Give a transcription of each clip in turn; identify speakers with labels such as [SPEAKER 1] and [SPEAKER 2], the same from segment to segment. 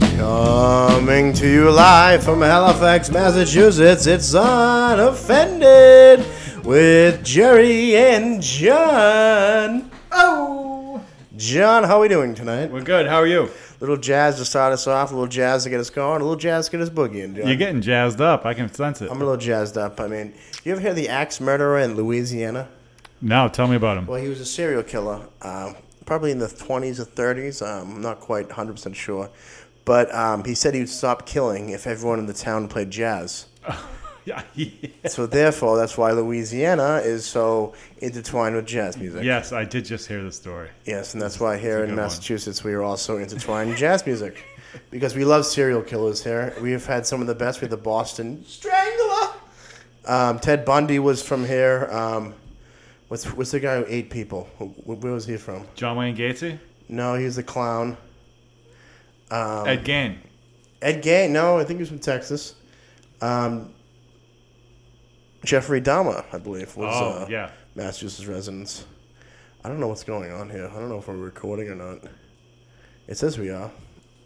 [SPEAKER 1] Coming to you live from Halifax, Massachusetts, it's Unoffended with Jerry and John.
[SPEAKER 2] Oh!
[SPEAKER 1] John, how are we doing tonight?
[SPEAKER 2] We're good. How are you?
[SPEAKER 1] Little jazz to start us off, a little jazz to get us going, a little jazz to get us boogieing, John.
[SPEAKER 2] You're getting jazzed up. I can sense it.
[SPEAKER 1] I'm a little jazzed up. I mean, you ever hear the axe murderer in Louisiana?
[SPEAKER 2] Now, tell me about him.
[SPEAKER 1] Well, he was a serial killer, uh, probably in the 20s or 30s. Um, I'm not quite 100% sure. But um, he said he would stop killing if everyone in the town played jazz. So, therefore, that's why Louisiana is so intertwined with jazz music.
[SPEAKER 2] yes, I did just hear the story.
[SPEAKER 1] Yes, and that's why here in
[SPEAKER 2] good one.
[SPEAKER 1] Massachusetts we are also intertwined in jazz music. Because we love serial killers here. We have had some of the best. We had the Boston Strangler. Um, Ted Bundy was from here. Um, what's, what's the guy who ate people? Wh- wh- Where was he from?
[SPEAKER 2] John Wayne Gacy?
[SPEAKER 1] No, he was the clown. Um,
[SPEAKER 2] Ed Gain.
[SPEAKER 1] Ed Gay? No, I think he was from Texas. Um, Jeffrey Dahmer, I believe, was
[SPEAKER 2] Oh,
[SPEAKER 1] uh,
[SPEAKER 2] yeah.
[SPEAKER 1] Massachusetts residents. I don't know what's going on here. I don't know if we're recording or not. It says we are.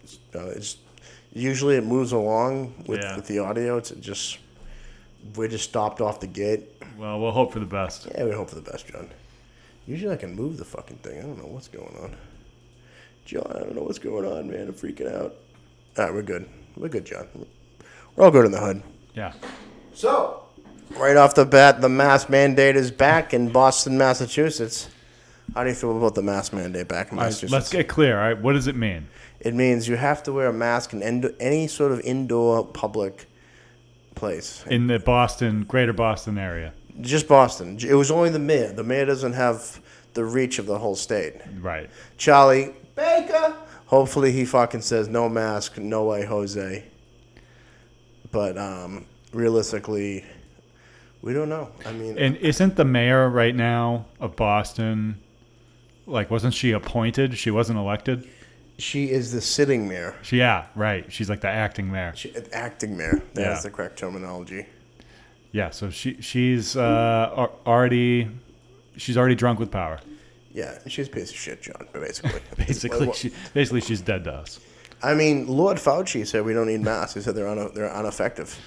[SPEAKER 1] It's, uh, it's usually it moves along with,
[SPEAKER 2] Yeah.
[SPEAKER 1] with the audio. It's just we're just stopped off the gate.
[SPEAKER 2] Well, we'll hope for the best.
[SPEAKER 1] Yeah, we hope for the best, John. Usually I can move the fucking thing. I don't know what's going on. John, I don't know what's going on, man. I'm freaking out. All right, we're good. We're good, John. We're all good in the hood.
[SPEAKER 2] Yeah.
[SPEAKER 1] So, right off the bat, the mask mandate is back in Boston, Massachusetts. How do you feel about the mask mandate back in Massachusetts?
[SPEAKER 2] Let's get clear, all right? What does it mean?
[SPEAKER 1] it means you have to wear a mask in indo- any sort of indoor public place.
[SPEAKER 2] In the Boston, greater Boston area.
[SPEAKER 1] Just Boston. It was only the mayor. The mayor doesn't have the reach of the whole state.
[SPEAKER 2] Right.
[SPEAKER 1] Charlie Baker. Hopefully he fucking says no mask, no way, Jose. But um, realistically, we don't know. I mean,
[SPEAKER 2] And isn't the mayor right now of Boston, like, wasn't she appointed? She wasn't elected?
[SPEAKER 1] she is the sitting mayor.
[SPEAKER 2] She, yeah, right. She's like the acting mayor.
[SPEAKER 1] She, acting mayor. That's
[SPEAKER 2] Yeah.
[SPEAKER 1] the correct terminology.
[SPEAKER 2] Yeah, so she she's uh, ar- already she's already drunk with power.
[SPEAKER 1] Yeah, she's a piece of shit, John. Basically,
[SPEAKER 2] Basically,
[SPEAKER 1] Well,
[SPEAKER 2] she, basically she's dead to us.
[SPEAKER 1] I mean, Lord Fauci said we don't need masks. He said they're un- they're ineffective.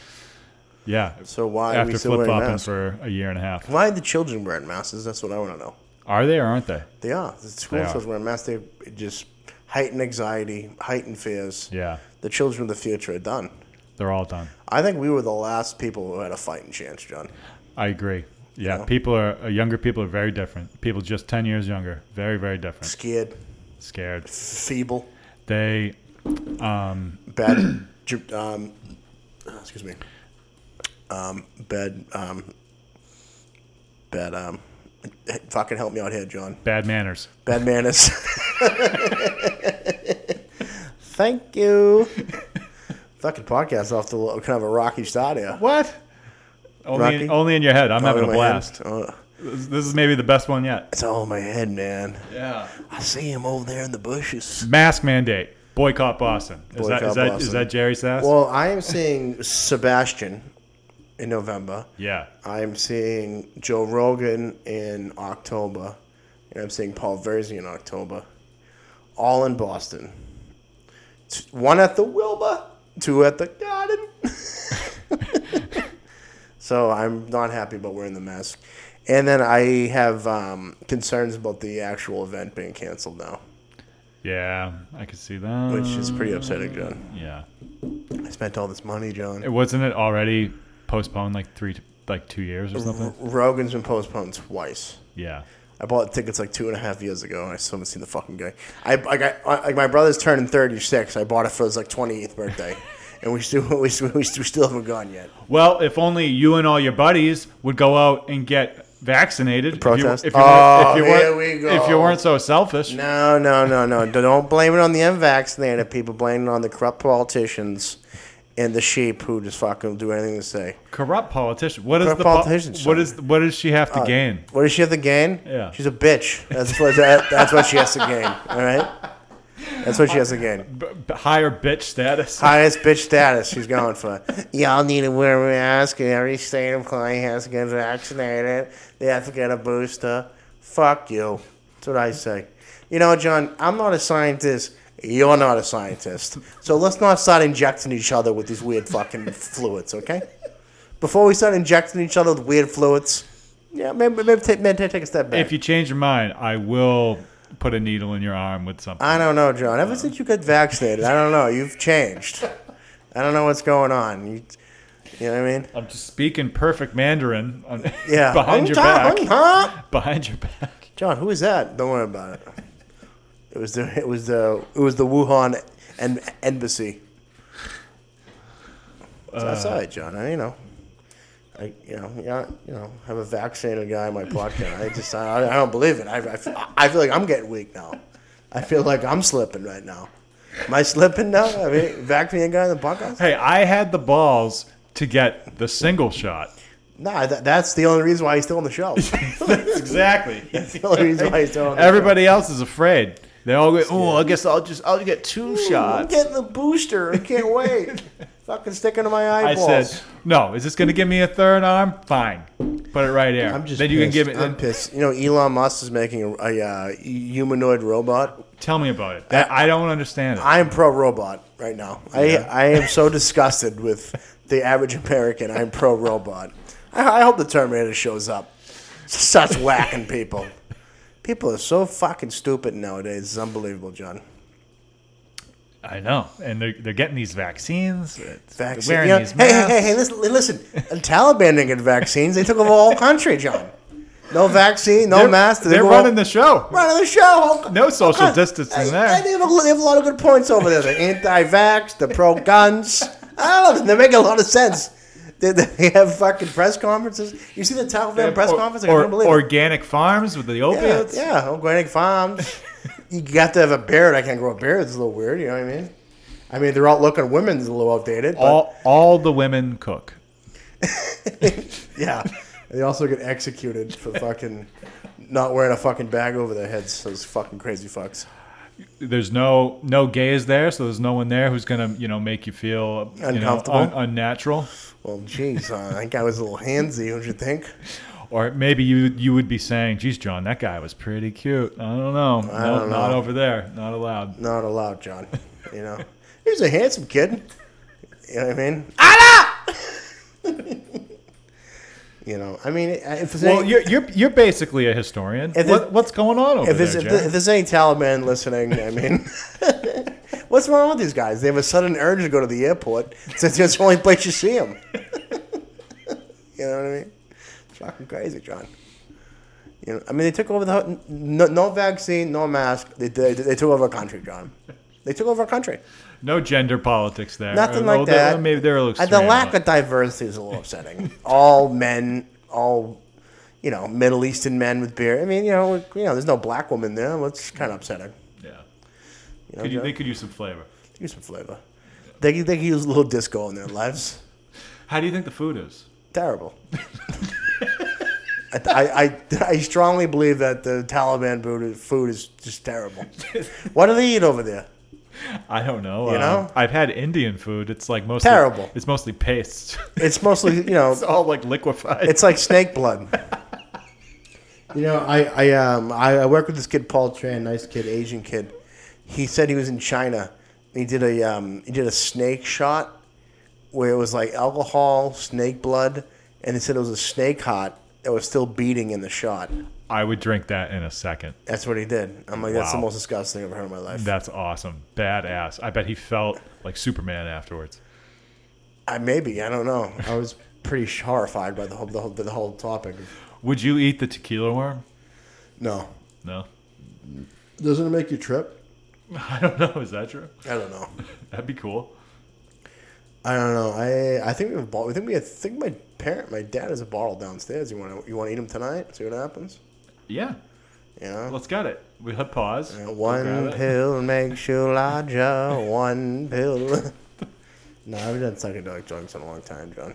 [SPEAKER 2] Yeah.
[SPEAKER 1] So why are we
[SPEAKER 2] After
[SPEAKER 1] still
[SPEAKER 2] flip
[SPEAKER 1] wearing
[SPEAKER 2] flopping
[SPEAKER 1] masks?
[SPEAKER 2] for a year and a half,
[SPEAKER 1] why are the children wearing masks? That's what I want to know.
[SPEAKER 2] are they or aren't they?
[SPEAKER 1] They are. The school
[SPEAKER 2] They are.
[SPEAKER 1] children wearing masks. They it just heighten anxiety, heighten fears.
[SPEAKER 2] Yeah,
[SPEAKER 1] The children of the future are done.
[SPEAKER 2] they're all done.
[SPEAKER 1] I think we were the last people who had a fighting chance, John.
[SPEAKER 2] I agree. Yeah,
[SPEAKER 1] Yeah.
[SPEAKER 2] people are uh, younger. People are very different. People just ten years younger, very very different.
[SPEAKER 1] Scared,
[SPEAKER 2] Scared.
[SPEAKER 1] feeble,
[SPEAKER 2] They
[SPEAKER 1] bad. ju- um, excuse me. Um, bad. Um, bad. Um, fucking help me out here, John.
[SPEAKER 2] bad manners.
[SPEAKER 1] Bad manners. Thank you. Fucking podcast off the kind of a rocky start here.
[SPEAKER 2] What? Only
[SPEAKER 1] Rocky?
[SPEAKER 2] in, only in your head. I'm having a
[SPEAKER 1] All in my head.
[SPEAKER 2] blast.
[SPEAKER 1] Oh,
[SPEAKER 2] This, this is maybe the best one yet.
[SPEAKER 1] it's all in my head, man.
[SPEAKER 2] Yeah.
[SPEAKER 1] I see him over there in the bushes.
[SPEAKER 2] Mask mandate. Boycott Boston. Is that
[SPEAKER 1] Boycott
[SPEAKER 2] is that
[SPEAKER 1] Boston.
[SPEAKER 2] is that Jerry Sass?
[SPEAKER 1] Well, I am seeing Sebastian in November.
[SPEAKER 2] yeah.
[SPEAKER 1] I am seeing Joe Rogan in October, and I'm seeing Paul Verzi in October, all in Boston. T- One at the Wilbur, two at the Garden. so I'm not happy about wearing the mask. And then I have um, concerns about the actual event being canceled now,
[SPEAKER 2] Yeah, I could see that.
[SPEAKER 1] which is pretty upsetting, John.
[SPEAKER 2] yeah.
[SPEAKER 1] I spent all this money, John.
[SPEAKER 2] It wasn't it already postponed like three like two years or something.
[SPEAKER 1] Rogan's been postponed twice.
[SPEAKER 2] Yeah.
[SPEAKER 1] I bought tickets like two and a half years ago, and I still haven't seen the fucking guy. I, I got I, like my brother's turning thirty six. I bought it for his like twenty eighth birthday, and we still we, still we still haven't gone yet.
[SPEAKER 2] Well, if only you and all your buddies would go out and get vaccinated.
[SPEAKER 1] Protest.
[SPEAKER 2] If you, if you weren't-
[SPEAKER 1] Oh,
[SPEAKER 2] if you
[SPEAKER 1] here
[SPEAKER 2] weren't,
[SPEAKER 1] we go.
[SPEAKER 2] If you weren't so selfish.
[SPEAKER 1] No, no, no, no. Don't blame it on the unvaccinated people. Blame it on the corrupt politicians and the sheep who just fucking do anything they say.
[SPEAKER 2] Corrupt politician. What is
[SPEAKER 1] Corrupt Uh,
[SPEAKER 2] the po-
[SPEAKER 1] politician, son.
[SPEAKER 2] What is what does she have to gain?
[SPEAKER 1] What does she have to gain?
[SPEAKER 2] Yeah.
[SPEAKER 1] She's a bitch. That's what that, that's what she has to gain. All right. That's what she has to gain.
[SPEAKER 2] B- b- higher bitch status.
[SPEAKER 1] Highest bitch status she's going for. Y'all need to wear a mask. and Every state employee has to get vaccinated. They have to get a booster. Fuck you. That's what I say. You know, John, I'm not a scientist. You're not a scientist. So let's not start injecting each other with these weird fucking fluids, okay? Before we start injecting each other with weird fluids, yeah, maybe, maybe, take, maybe take a step back.
[SPEAKER 2] If you change your mind, I will put a needle in your arm with something.
[SPEAKER 1] I don't know, John. Ever since you got vaccinated, I don't know. You've changed. I don't know what's going on. You, you know what I mean?
[SPEAKER 2] I'm just speaking perfect Mandarin on,
[SPEAKER 1] Yeah.
[SPEAKER 2] behind your
[SPEAKER 1] Huh?
[SPEAKER 2] back.
[SPEAKER 1] Huh?
[SPEAKER 2] Behind your back.
[SPEAKER 1] John, who is that? Don't worry about it. It was the it was the it was the Wuhan en- embassy. It's
[SPEAKER 2] Uh,
[SPEAKER 1] outside, John. I you know. I, you know, yeah, you know, have a vaccinated guy in my podcast. I just, I, I don't believe it. I, I, feel- I feel like I'm getting weak now. I feel like I'm slipping right now. Am I slipping now? I mean, vaccinated guy in the podcast?
[SPEAKER 2] Hey, I had the balls to get the single shot.
[SPEAKER 1] Nah, that, that's the only reason why he's still on the show.
[SPEAKER 2] exactly.
[SPEAKER 1] the only reason why he's still on the
[SPEAKER 2] Everybody else is afraid. They all go, oh, I guess I'll just I'll get two
[SPEAKER 1] show. I'm
[SPEAKER 2] shots.
[SPEAKER 1] getting the booster. I can't wait. Fucking sticking to my
[SPEAKER 2] I
[SPEAKER 1] eyeballs.
[SPEAKER 2] said, no. Is this going to give me a third arm? Fine, put it right here.
[SPEAKER 1] I'm just
[SPEAKER 2] then
[SPEAKER 1] pissed.
[SPEAKER 2] you can give it.
[SPEAKER 1] I'm
[SPEAKER 2] Then,
[SPEAKER 1] pissed. You know, Elon Musk is making a, a uh, humanoid robot.
[SPEAKER 2] tell me about it. That, I don't understand it.
[SPEAKER 1] I am pro robot right now. I I am so disgusted with the average American. I'm pro robot. I, I hope the Terminator shows up. Starts whacking people. People are so fucking stupid nowadays. It's unbelievable, John.
[SPEAKER 2] I know, and they're, they're getting these vaccines. It's- they're
[SPEAKER 1] vaccine.
[SPEAKER 2] Wearing
[SPEAKER 1] you know,
[SPEAKER 2] these
[SPEAKER 1] hey, hey,
[SPEAKER 2] masks.
[SPEAKER 1] hey, hey, listen, listen. The Taliban didn't get vaccines. They took over the whole country, John. No vaccine, no
[SPEAKER 2] They're,
[SPEAKER 1] mask.
[SPEAKER 2] they're running the show.
[SPEAKER 1] running the show. Whole,
[SPEAKER 2] No social
[SPEAKER 1] Huh.
[SPEAKER 2] distancing
[SPEAKER 1] Hey,
[SPEAKER 2] there.
[SPEAKER 1] hey, They have, a, they have a lot of good points over there. They're anti-vax, they're pro-guns. I don't know. They make a lot of sense. They, they have fucking press conferences. You see the Taliban press
[SPEAKER 2] Or-
[SPEAKER 1] conference? I
[SPEAKER 2] or,
[SPEAKER 1] can't believe it.
[SPEAKER 2] organic farms with the
[SPEAKER 1] Yeah,
[SPEAKER 2] opiates.
[SPEAKER 1] yeah, organic farms. you got to have a beard. I can't grow a beard. It's a little weird. You know what I mean? I mean, their outlook on women's a little outdated. But
[SPEAKER 2] All all the women cook.
[SPEAKER 1] yeah, they also get executed for fucking not wearing a fucking bag over their heads. Those fucking crazy fucks.
[SPEAKER 2] there's no no gays there, so there's no one there who's gonna you know make you feel you know,
[SPEAKER 1] Uncomfortable?
[SPEAKER 2] un- unnatural,
[SPEAKER 1] Well, geez, uh, I think I was a little handsy. Don't you think?
[SPEAKER 2] or maybe you you would be saying, "Geez, John, that guy was pretty cute." I don't know, no,
[SPEAKER 1] don't
[SPEAKER 2] not
[SPEAKER 1] know.
[SPEAKER 2] over there, not allowed.
[SPEAKER 1] Not allowed, John. You know, he was a handsome kid. You know what I mean? you know, I mean, uh, if there's
[SPEAKER 2] Well,
[SPEAKER 1] any,
[SPEAKER 2] you're you're, you're basically a historian.
[SPEAKER 1] If
[SPEAKER 2] What,
[SPEAKER 1] it-
[SPEAKER 2] what's going on over
[SPEAKER 1] if, there's,
[SPEAKER 2] there,
[SPEAKER 1] if,
[SPEAKER 2] Jack?
[SPEAKER 1] there- if there's any Taliban listening, I mean, what's wrong with these guys? They have a sudden urge to go to the airport since it's the only place you see them. you know what I mean? It's fucking crazy, John. You know, I mean, they took over the whole- no, no vaccine, no mask. They, they, they took over a country, John. They took over a country.
[SPEAKER 2] No gender politics there.
[SPEAKER 1] Nothing
[SPEAKER 2] Although
[SPEAKER 1] like
[SPEAKER 2] they're-
[SPEAKER 1] that.
[SPEAKER 2] Maybe they're a little
[SPEAKER 1] Uh,
[SPEAKER 2] extreme,
[SPEAKER 1] the lack
[SPEAKER 2] but-
[SPEAKER 1] of diversity is a little upsetting. all men, all you know, Middle Eastern men with beer. I mean, you know, you know, there's no black woman there. That's kind of upsetting. You
[SPEAKER 2] yeah.
[SPEAKER 1] know,
[SPEAKER 2] Could you,
[SPEAKER 1] John?
[SPEAKER 2] they could use some flavor.
[SPEAKER 1] use some flavor. They could- they could use a little disco in their lives.
[SPEAKER 2] How do you think the food is?
[SPEAKER 1] Terrible. I, I, I, I strongly believe that the Taliban food is, food is just terrible. What do they eat over there?
[SPEAKER 2] I don't know.
[SPEAKER 1] You
[SPEAKER 2] uh,
[SPEAKER 1] know?
[SPEAKER 2] I've had Indian food. It's like mostly
[SPEAKER 1] Terrible.
[SPEAKER 2] It's mostly paste.
[SPEAKER 1] It's mostly you know
[SPEAKER 2] it's all like liquefied.
[SPEAKER 1] It's like snake blood. you know, I I um I, I work with this kid Paul Tran, nice kid, Asian kid. He said he was in China. He did a um he did a snake shot where it was like alcohol, snake blood, and he said it was a snake hot that was still beating in the shot.
[SPEAKER 2] I would drink that in a second.
[SPEAKER 1] That's what he did. I'm like, that's the
[SPEAKER 2] Wow.
[SPEAKER 1] most disgusting I've ever heard in my life.
[SPEAKER 2] That's awesome. Badass. I bet he felt like Superman afterwards.
[SPEAKER 1] I maybe I don't know. I was pretty horrified by the whole the whole, the whole topic.
[SPEAKER 2] Would you eat the tequila worm?
[SPEAKER 1] No,
[SPEAKER 2] No.
[SPEAKER 3] Doesn't it make you trip?
[SPEAKER 2] I don't know. Is that true?
[SPEAKER 1] I don't know.
[SPEAKER 2] That'd be cool.
[SPEAKER 1] I don't know. I I think we have a bottle. I think we had, I think my parent, my dad has a bottle downstairs. You want to you want to eat them tonight? See what happens.
[SPEAKER 2] Yeah.
[SPEAKER 1] You know.
[SPEAKER 2] Let's get it. We hit pause.
[SPEAKER 1] You know,
[SPEAKER 2] We'll
[SPEAKER 1] one
[SPEAKER 2] grab it.
[SPEAKER 1] pill makes you larger. one pill. no, I haven't done psychedelic drugs in a long time, John.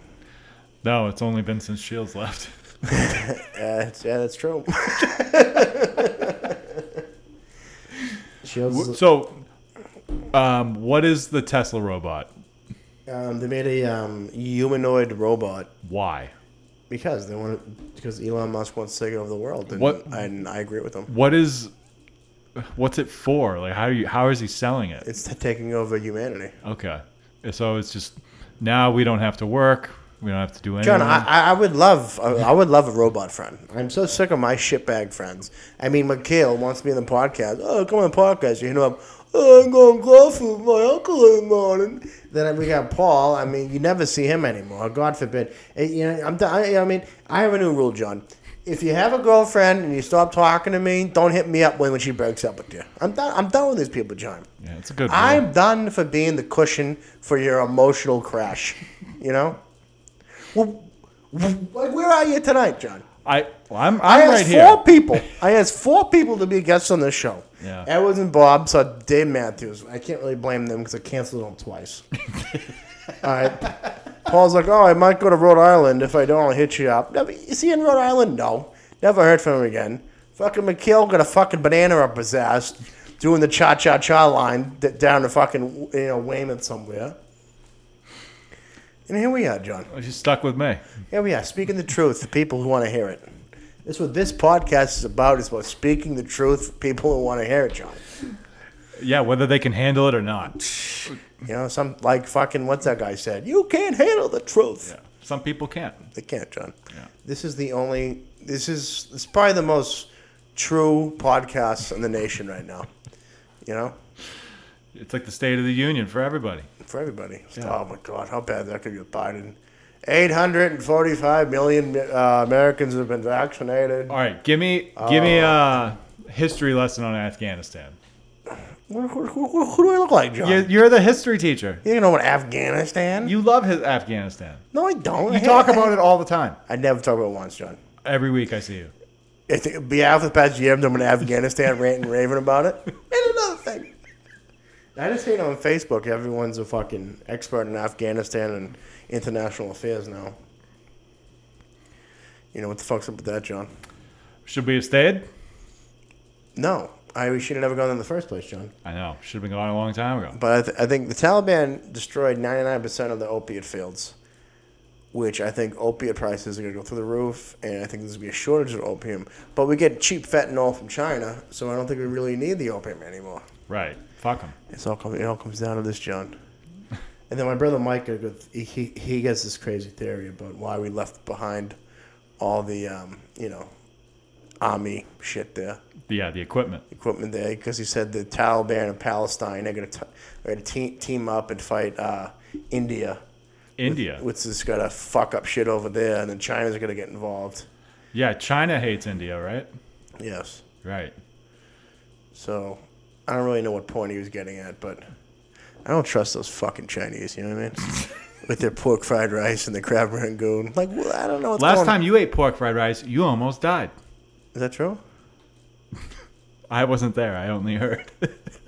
[SPEAKER 2] No, it's only been since Shields left.
[SPEAKER 1] Yeah, that's, yeah, that's true. Shields. is-
[SPEAKER 2] so, um, what is the Tesla robot?
[SPEAKER 1] Um, they made a um, humanoid robot
[SPEAKER 2] Why?
[SPEAKER 1] because they want to, because Elon Musk wants to take over the world. And,
[SPEAKER 2] What-
[SPEAKER 1] And I agree with him.
[SPEAKER 2] What is? What's it for? Like, how are you? How is he selling it?
[SPEAKER 1] It's t- taking over humanity.
[SPEAKER 2] Okay. So it's just now we don't have to work. We don't have to do anything.
[SPEAKER 1] John, I, I I would love uh, I I would love a robot friend. I'm so sick of my shitbag friends. I mean, Mikhail wants to be in the podcast. Oh, come on, podcast. You know, I'm, oh, I'm going golf with my uncle in the morning. Then we got Paul. I mean, you never see him anymore. God forbid. Eh, you know, I'm. di- I, I mean, I have a new rule, John. If you have a girlfriend and you stop talking to me, don't hit me up when when she breaks up with you. I'm done. I'm done with these people, John.
[SPEAKER 2] yeah, it's a good. one.
[SPEAKER 1] I'm done for being the cushion for your emotional crash. You know? Well, wh- like, where are you tonight, John?
[SPEAKER 2] I well, I'm
[SPEAKER 1] I
[SPEAKER 2] I'm
[SPEAKER 1] asked
[SPEAKER 2] right
[SPEAKER 1] four
[SPEAKER 2] here.
[SPEAKER 1] people. I asked four people to be guests on this show.
[SPEAKER 2] Yeah.
[SPEAKER 1] Edwards and Bob saw Dave Matthews. I can't really blame them because I canceled them twice. All right. Paul's like, oh, I might go to Rhode Island. If I don't, I'll hit you up. Never, is he in Rhode Island? No. Never heard from him again. Fucking McKeel got a fucking banana up his ass doing the cha cha cha line d- down to fucking, you know, Weymouth somewhere. And here we are, John.
[SPEAKER 2] She's stuck with me.
[SPEAKER 1] Here we are, speaking the truth to people who want to hear it. That's what this podcast is about. It's about speaking the truth for people who want to hear it, John.
[SPEAKER 2] Yeah, whether they can handle it or not.
[SPEAKER 1] You know, some like fucking what's that guy said? You can't handle the truth.
[SPEAKER 2] Yeah. Some people can't.
[SPEAKER 1] They can't, John.
[SPEAKER 2] Yeah.
[SPEAKER 1] This is the only. This is it's probably the most true podcast in the nation right now. You know,
[SPEAKER 2] It's like the State of the Union for everybody.
[SPEAKER 1] for everybody. Oh my God, how bad that could be with Biden. 845 million uh, Americans have been vaccinated.
[SPEAKER 2] All right, give me give me a history lesson on Afghanistan.
[SPEAKER 1] Who, who, who, who do I look like, John?
[SPEAKER 2] You're, you're the history teacher.
[SPEAKER 1] You know what Afghanistan?
[SPEAKER 2] You love his Afghanistan.
[SPEAKER 1] no, I don't.
[SPEAKER 2] You talk about it all the time.
[SPEAKER 1] I never talk about it once, John.
[SPEAKER 2] Every week I see you.
[SPEAKER 1] If it be out for the past year, I'm doing an Afghanistan rant and raving about it. And another thing. I just seen on Facebook everyone's a fucking expert in Afghanistan and international affairs now. You know what the fuck's up with that, John?
[SPEAKER 2] Should we have stayed?
[SPEAKER 1] No, I we should have never gone there in the first place, John.
[SPEAKER 2] I know. Should have been gone a long time ago.
[SPEAKER 1] But I, th- I think the Taliban destroyed 99% of the opiate fields, which I think opiate prices are going to go through the roof, and I think there's going to be a shortage of opium. But we get cheap fentanyl from China, so I don't think we really need the opium anymore.
[SPEAKER 2] Right. Fuck him.
[SPEAKER 1] It's all com- it all comes down to this, John. And then my brother Mike, I go- he, he he gets this crazy theory about why we left behind all the, um, you know, army shit there
[SPEAKER 2] Yeah, the equipment.
[SPEAKER 1] equipment there because he said the Taliban and Palestine are going to are going to te- team up and fight uh, India,
[SPEAKER 2] India.
[SPEAKER 1] which is going to fuck up shit over there, and then China's going to get involved.
[SPEAKER 2] Yeah, China hates India, right?
[SPEAKER 1] Yes,
[SPEAKER 2] Right.
[SPEAKER 1] so I don't really know what point he was getting at, but I don't trust those fucking Chinese. You know what I mean? With their pork fried rice and the crab rangoon, like well, I don't know. What's
[SPEAKER 2] Last
[SPEAKER 1] going-
[SPEAKER 2] time you ate pork fried rice, you almost died.
[SPEAKER 1] is that true?
[SPEAKER 2] I wasn't there. I only heard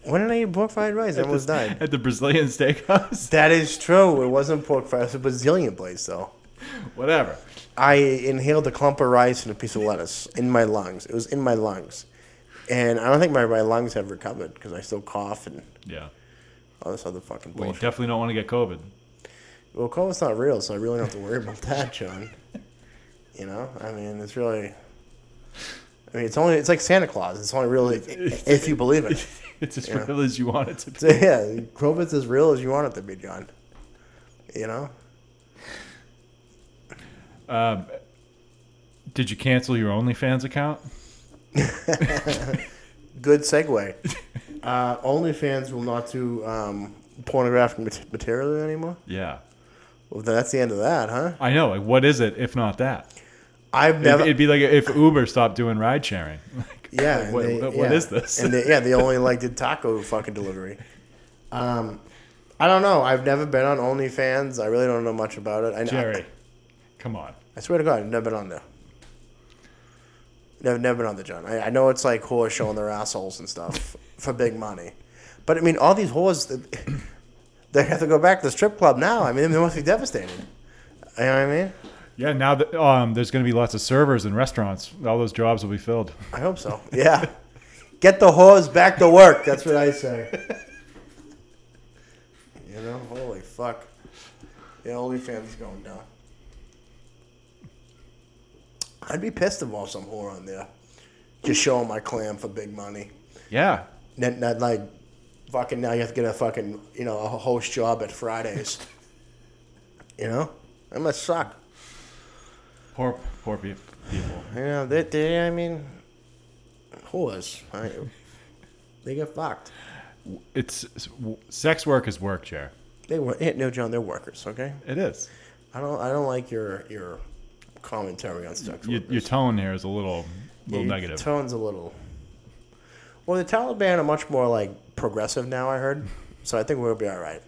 [SPEAKER 1] When did I eat pork fried rice? I almost died.
[SPEAKER 2] at the Brazilian steakhouse.
[SPEAKER 1] That is true. It wasn't pork fried. It was a Brazilian place, though.
[SPEAKER 2] Whatever.
[SPEAKER 1] I inhaled a clump of rice and a piece of lettuce in my lungs. It was in my lungs. And I don't think my, my lungs have recovered because I still cough and
[SPEAKER 2] Yeah.
[SPEAKER 1] all this other fucking
[SPEAKER 2] Well, you
[SPEAKER 1] bullshit.
[SPEAKER 2] definitely don't want to get COVID.
[SPEAKER 1] Well, COVID's not real, so I really don't have to worry about that, John. You know? I mean, it's really. I mean, it's only. It's like Santa Claus. It's only really if you believe it.
[SPEAKER 2] It's as
[SPEAKER 1] Yeah.
[SPEAKER 2] real as you want it to be.
[SPEAKER 1] So, yeah, COVID's as real as you want it to be, John. You know?
[SPEAKER 2] Did you cancel your OnlyFans account?
[SPEAKER 1] Good segue. Uh, OnlyFans will not do um, pornographic mat- material anymore.
[SPEAKER 2] Yeah.
[SPEAKER 1] Well, that's the end of that, huh?
[SPEAKER 2] I know. Like, what is it if not that?
[SPEAKER 1] I've
[SPEAKER 2] It'd,
[SPEAKER 1] never.
[SPEAKER 2] it'd be like if Uber stopped doing ride sharing. Like,
[SPEAKER 1] yeah,
[SPEAKER 2] like,
[SPEAKER 1] and
[SPEAKER 2] what,
[SPEAKER 1] they-
[SPEAKER 2] what-
[SPEAKER 1] yeah.
[SPEAKER 2] what is this?
[SPEAKER 1] And they, yeah, they only like did taco fucking delivery. Um, I don't know. I've never been on OnlyFans. I really don't know much about it. I,
[SPEAKER 2] Jerry,
[SPEAKER 1] I,
[SPEAKER 2] come on.
[SPEAKER 1] I swear to God, I've never been on there. Never, never been on the John. I, I know it's like whores showing their assholes and stuff for big money, but I mean, all these whores, they- they have to go back to the strip club now. I mean, they must be devastated. You know what I mean?
[SPEAKER 2] Yeah, now that um, there's going to be lots of servers and restaurants, all those jobs will be filled.
[SPEAKER 1] I hope so. Yeah. Get the whores back to work. That's what I say. you know, holy fuck. The OnlyFans is going down. I'd be pissed if all some whore on there. Just showing my clam for big money.
[SPEAKER 2] Yeah,
[SPEAKER 1] Not, not like fucking now you have to get a fucking, you know, a host job at Fridays. you know? That must suck.
[SPEAKER 2] poor poor pe- people.
[SPEAKER 1] You know, they, they I mean, whores. I, they get fucked.
[SPEAKER 2] It's, it's w- sex work is work, Jerry.
[SPEAKER 1] They were yeah, no, John. They're workers. Okay.
[SPEAKER 2] It is.
[SPEAKER 1] I don't. I don't like your your commentary on sex
[SPEAKER 2] Your,
[SPEAKER 1] workers.
[SPEAKER 2] your tone here is a little little
[SPEAKER 1] Your
[SPEAKER 2] negative.
[SPEAKER 1] Tone's a little. Well, the Taliban are much more like progressive now. I heard, so I think we'll be all right.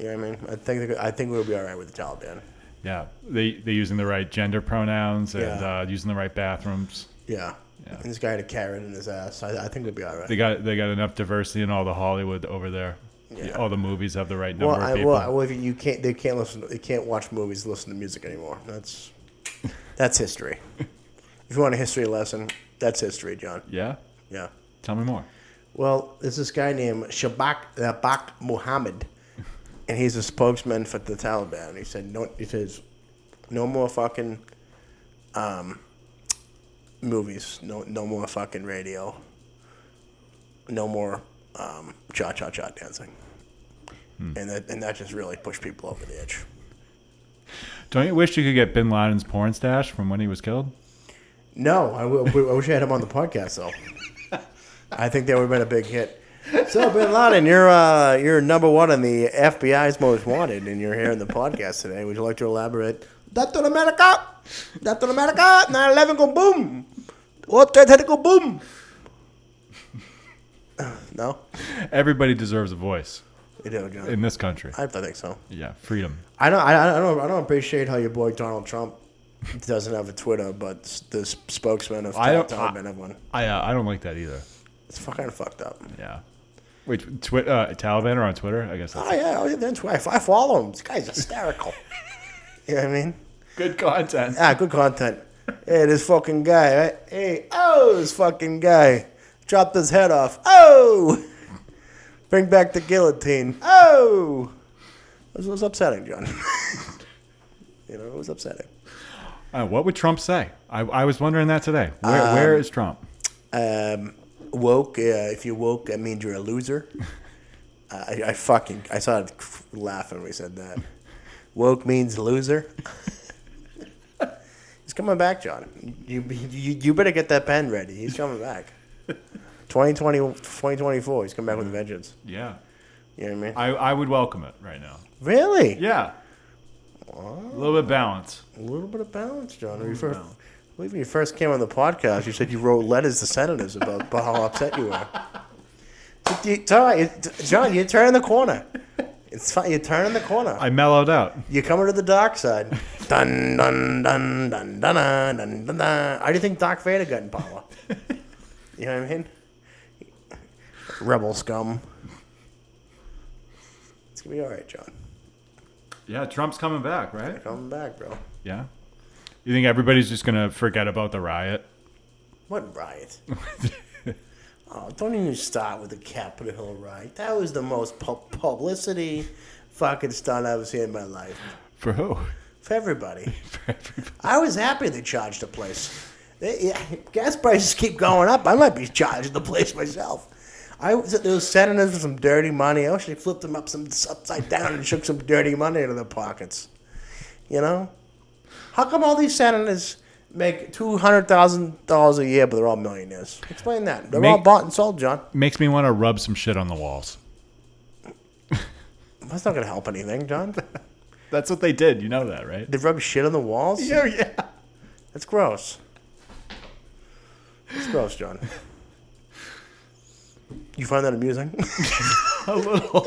[SPEAKER 1] You know what I mean? I think I think we'll be all right with the Taliban.
[SPEAKER 2] yeah, they they're using the right gender pronouns and
[SPEAKER 1] Yeah.
[SPEAKER 2] uh, using the right bathrooms.
[SPEAKER 1] Yeah.
[SPEAKER 2] Yeah.
[SPEAKER 1] And this guy had a carrot in his ass. I, I think we'll be all right.
[SPEAKER 2] They got they got enough diversity in all the Hollywood over there.
[SPEAKER 1] Yeah.
[SPEAKER 2] All the movies have the right number
[SPEAKER 1] well,
[SPEAKER 2] of
[SPEAKER 1] I,
[SPEAKER 2] people.
[SPEAKER 1] well, I- well, if you can't. They can't listen. They can't watch movies. Listen to music anymore. That's that's history. if you want a history lesson, that's history, John.
[SPEAKER 2] yeah,
[SPEAKER 1] Yeah.
[SPEAKER 2] tell me more.
[SPEAKER 1] Well, there's this guy named Shabak Rabak Muhammad, and he's a spokesman for the Taliban. He said no. He says no more fucking um, movies. No, no more fucking radio. No more um, cha cha cha dancing. And that and that just really pushed people over the edge.
[SPEAKER 2] Don't you wish you could get Bin Laden's porn stash from when he was killed?
[SPEAKER 1] No, I, w- I wish I had him on the podcast though. I think that would have been a big hit. So Bin Laden, you're uh, you're number one on the FBI's most wanted, and you're here in the podcast today. Would you like to elaborate? That's in America. That's in America. 9/11 go boom. What that had to go boom. No,
[SPEAKER 2] Everybody deserves a voice
[SPEAKER 1] you do, John.
[SPEAKER 2] in this country.
[SPEAKER 1] I don't think so.
[SPEAKER 2] Yeah, freedom.
[SPEAKER 1] I don't. I, I don't. I don't appreciate how your boy Donald Trump doesn't have a Twitter, but the spokesman of
[SPEAKER 2] I don't-
[SPEAKER 1] Taliban have one.
[SPEAKER 2] I uh, I don't like that either.
[SPEAKER 1] It's fucking fucked up.
[SPEAKER 2] Yeah. Wait, twi- uh, Taliban are on Twitter? I guess that's
[SPEAKER 1] Oh yeah, oh, yeah that's why I follow him. This guy's hysterical. you know what I mean?
[SPEAKER 2] good content.
[SPEAKER 1] Ah, good content. Hey, this fucking guy, right? Hey, oh, this fucking guy chopped his head off. Oh, bring back the guillotine. Oh, it was, it was upsetting, John. you know, it was upsetting.
[SPEAKER 2] Uh, what would Trump say? I, I was wondering that today. Where, where is Trump?
[SPEAKER 1] Um, woke. Uh, if you're woke, that means you're a loser. Uh, I, I fucking I started laughing when we said that. Woke means loser. He's coming back, John. You, you you better get that pen ready. He's coming back. 2020, 2024, he's coming back with a vengeance.
[SPEAKER 2] Yeah.
[SPEAKER 1] You know what I mean?
[SPEAKER 2] I, I would welcome it right now.
[SPEAKER 1] really?
[SPEAKER 2] Yeah. A little bit balance.
[SPEAKER 1] A little bit of balance, John. When you first,
[SPEAKER 2] balance.
[SPEAKER 1] I believe when you first came on the podcast, you said you wrote letters to senators about, about how upset you were. It's- it's all right. It's- John, you're turning the corner. It's fine. You're turning the corner.
[SPEAKER 2] I mellowed out.
[SPEAKER 1] You're coming to the dark side. Dun dun dun dun dun dun dun dun. dun. How do you think Doc Vader got in power? you know what I mean? Rebel scum. It's gonna be all right, John.
[SPEAKER 2] Yeah, Trump's coming back, right?
[SPEAKER 1] Come back, bro.
[SPEAKER 2] Yeah. You think everybody's just going to forget about the riot?
[SPEAKER 1] What riot? oh, don't even start with the Capitol Hill riot. That was the most pu- publicity fucking stunt I've seen in my life.
[SPEAKER 2] For who?
[SPEAKER 1] For everybody.
[SPEAKER 2] For everybody.
[SPEAKER 1] I was happy they charged the place. They, yeah, gas prices keep going up. I might be charging the place myself. I was at those senators with some dirty money. I wish they flipped them up some upside down and shook some dirty money out of their pockets. You know, how come all these senators make two hundred thousand dollars a year, but they're all millionaires? Explain that. They're all
[SPEAKER 2] Make-
[SPEAKER 1] bought and sold, John.
[SPEAKER 2] Makes me want to rub some shit on the walls.
[SPEAKER 1] That's not going to help anything, John.
[SPEAKER 2] That's what they did. You know that, right?
[SPEAKER 1] They rub shit on the walls?
[SPEAKER 2] Yeah, yeah.
[SPEAKER 1] That's gross. That's gross, John. You find that amusing?
[SPEAKER 2] A little.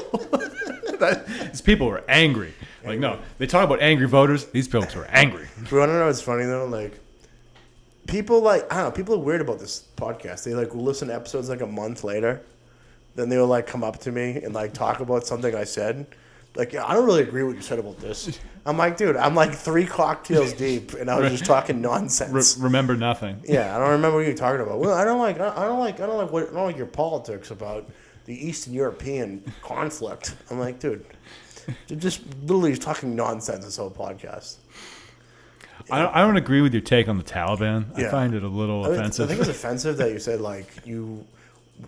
[SPEAKER 2] That- These people were angry. Like, no, they talk about angry voters. These folks were angry.
[SPEAKER 1] Bro, I don't know. It's funny though. Like people like I don't know. People are weird about this podcast. They like will listen to episodes like a month later. Then they will like come up to me and like talk about something I said. Like "Yeah, I don't really agree with what you said about this. I'm like, dude, I'm like three cocktails deep, and I was just talking
[SPEAKER 2] Re-
[SPEAKER 1] nonsense.
[SPEAKER 2] remember nothing.
[SPEAKER 1] yeah, I don't remember what you're talking about. Well, I don't like, I don't like, I don't like what, I don't like your politics about the Eastern European conflict. I'm like, dude, you're just literally talking nonsense this whole podcast.
[SPEAKER 2] I don't, I don't agree with your take on the Taliban. I
[SPEAKER 1] Yeah.
[SPEAKER 2] find it a little
[SPEAKER 1] I think-
[SPEAKER 2] offensive.
[SPEAKER 1] I think it's offensive that you said like you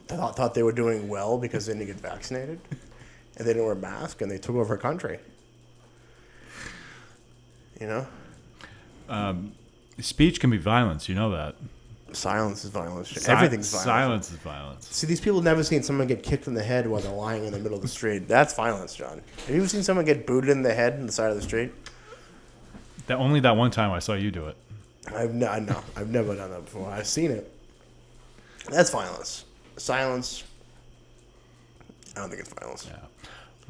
[SPEAKER 1] thought, thought they were doing well because they didn't get vaccinated and they didn't wear masks and they took over a country. You know,
[SPEAKER 2] Speech can be violence. You know that.
[SPEAKER 1] silence is violence.
[SPEAKER 2] Si-
[SPEAKER 1] Everything's violence.
[SPEAKER 2] Silence is violence.
[SPEAKER 1] See, these people have never seen someone get kicked in the head while they're lying in the middle of the street. That's violence, John. Have you ever seen someone get booted in the head in the side of the street?
[SPEAKER 2] That only that one time I saw you do it.
[SPEAKER 1] I've no, I know. I've never done that before. I've seen it. That's violence. Silence. I don't think it's violence.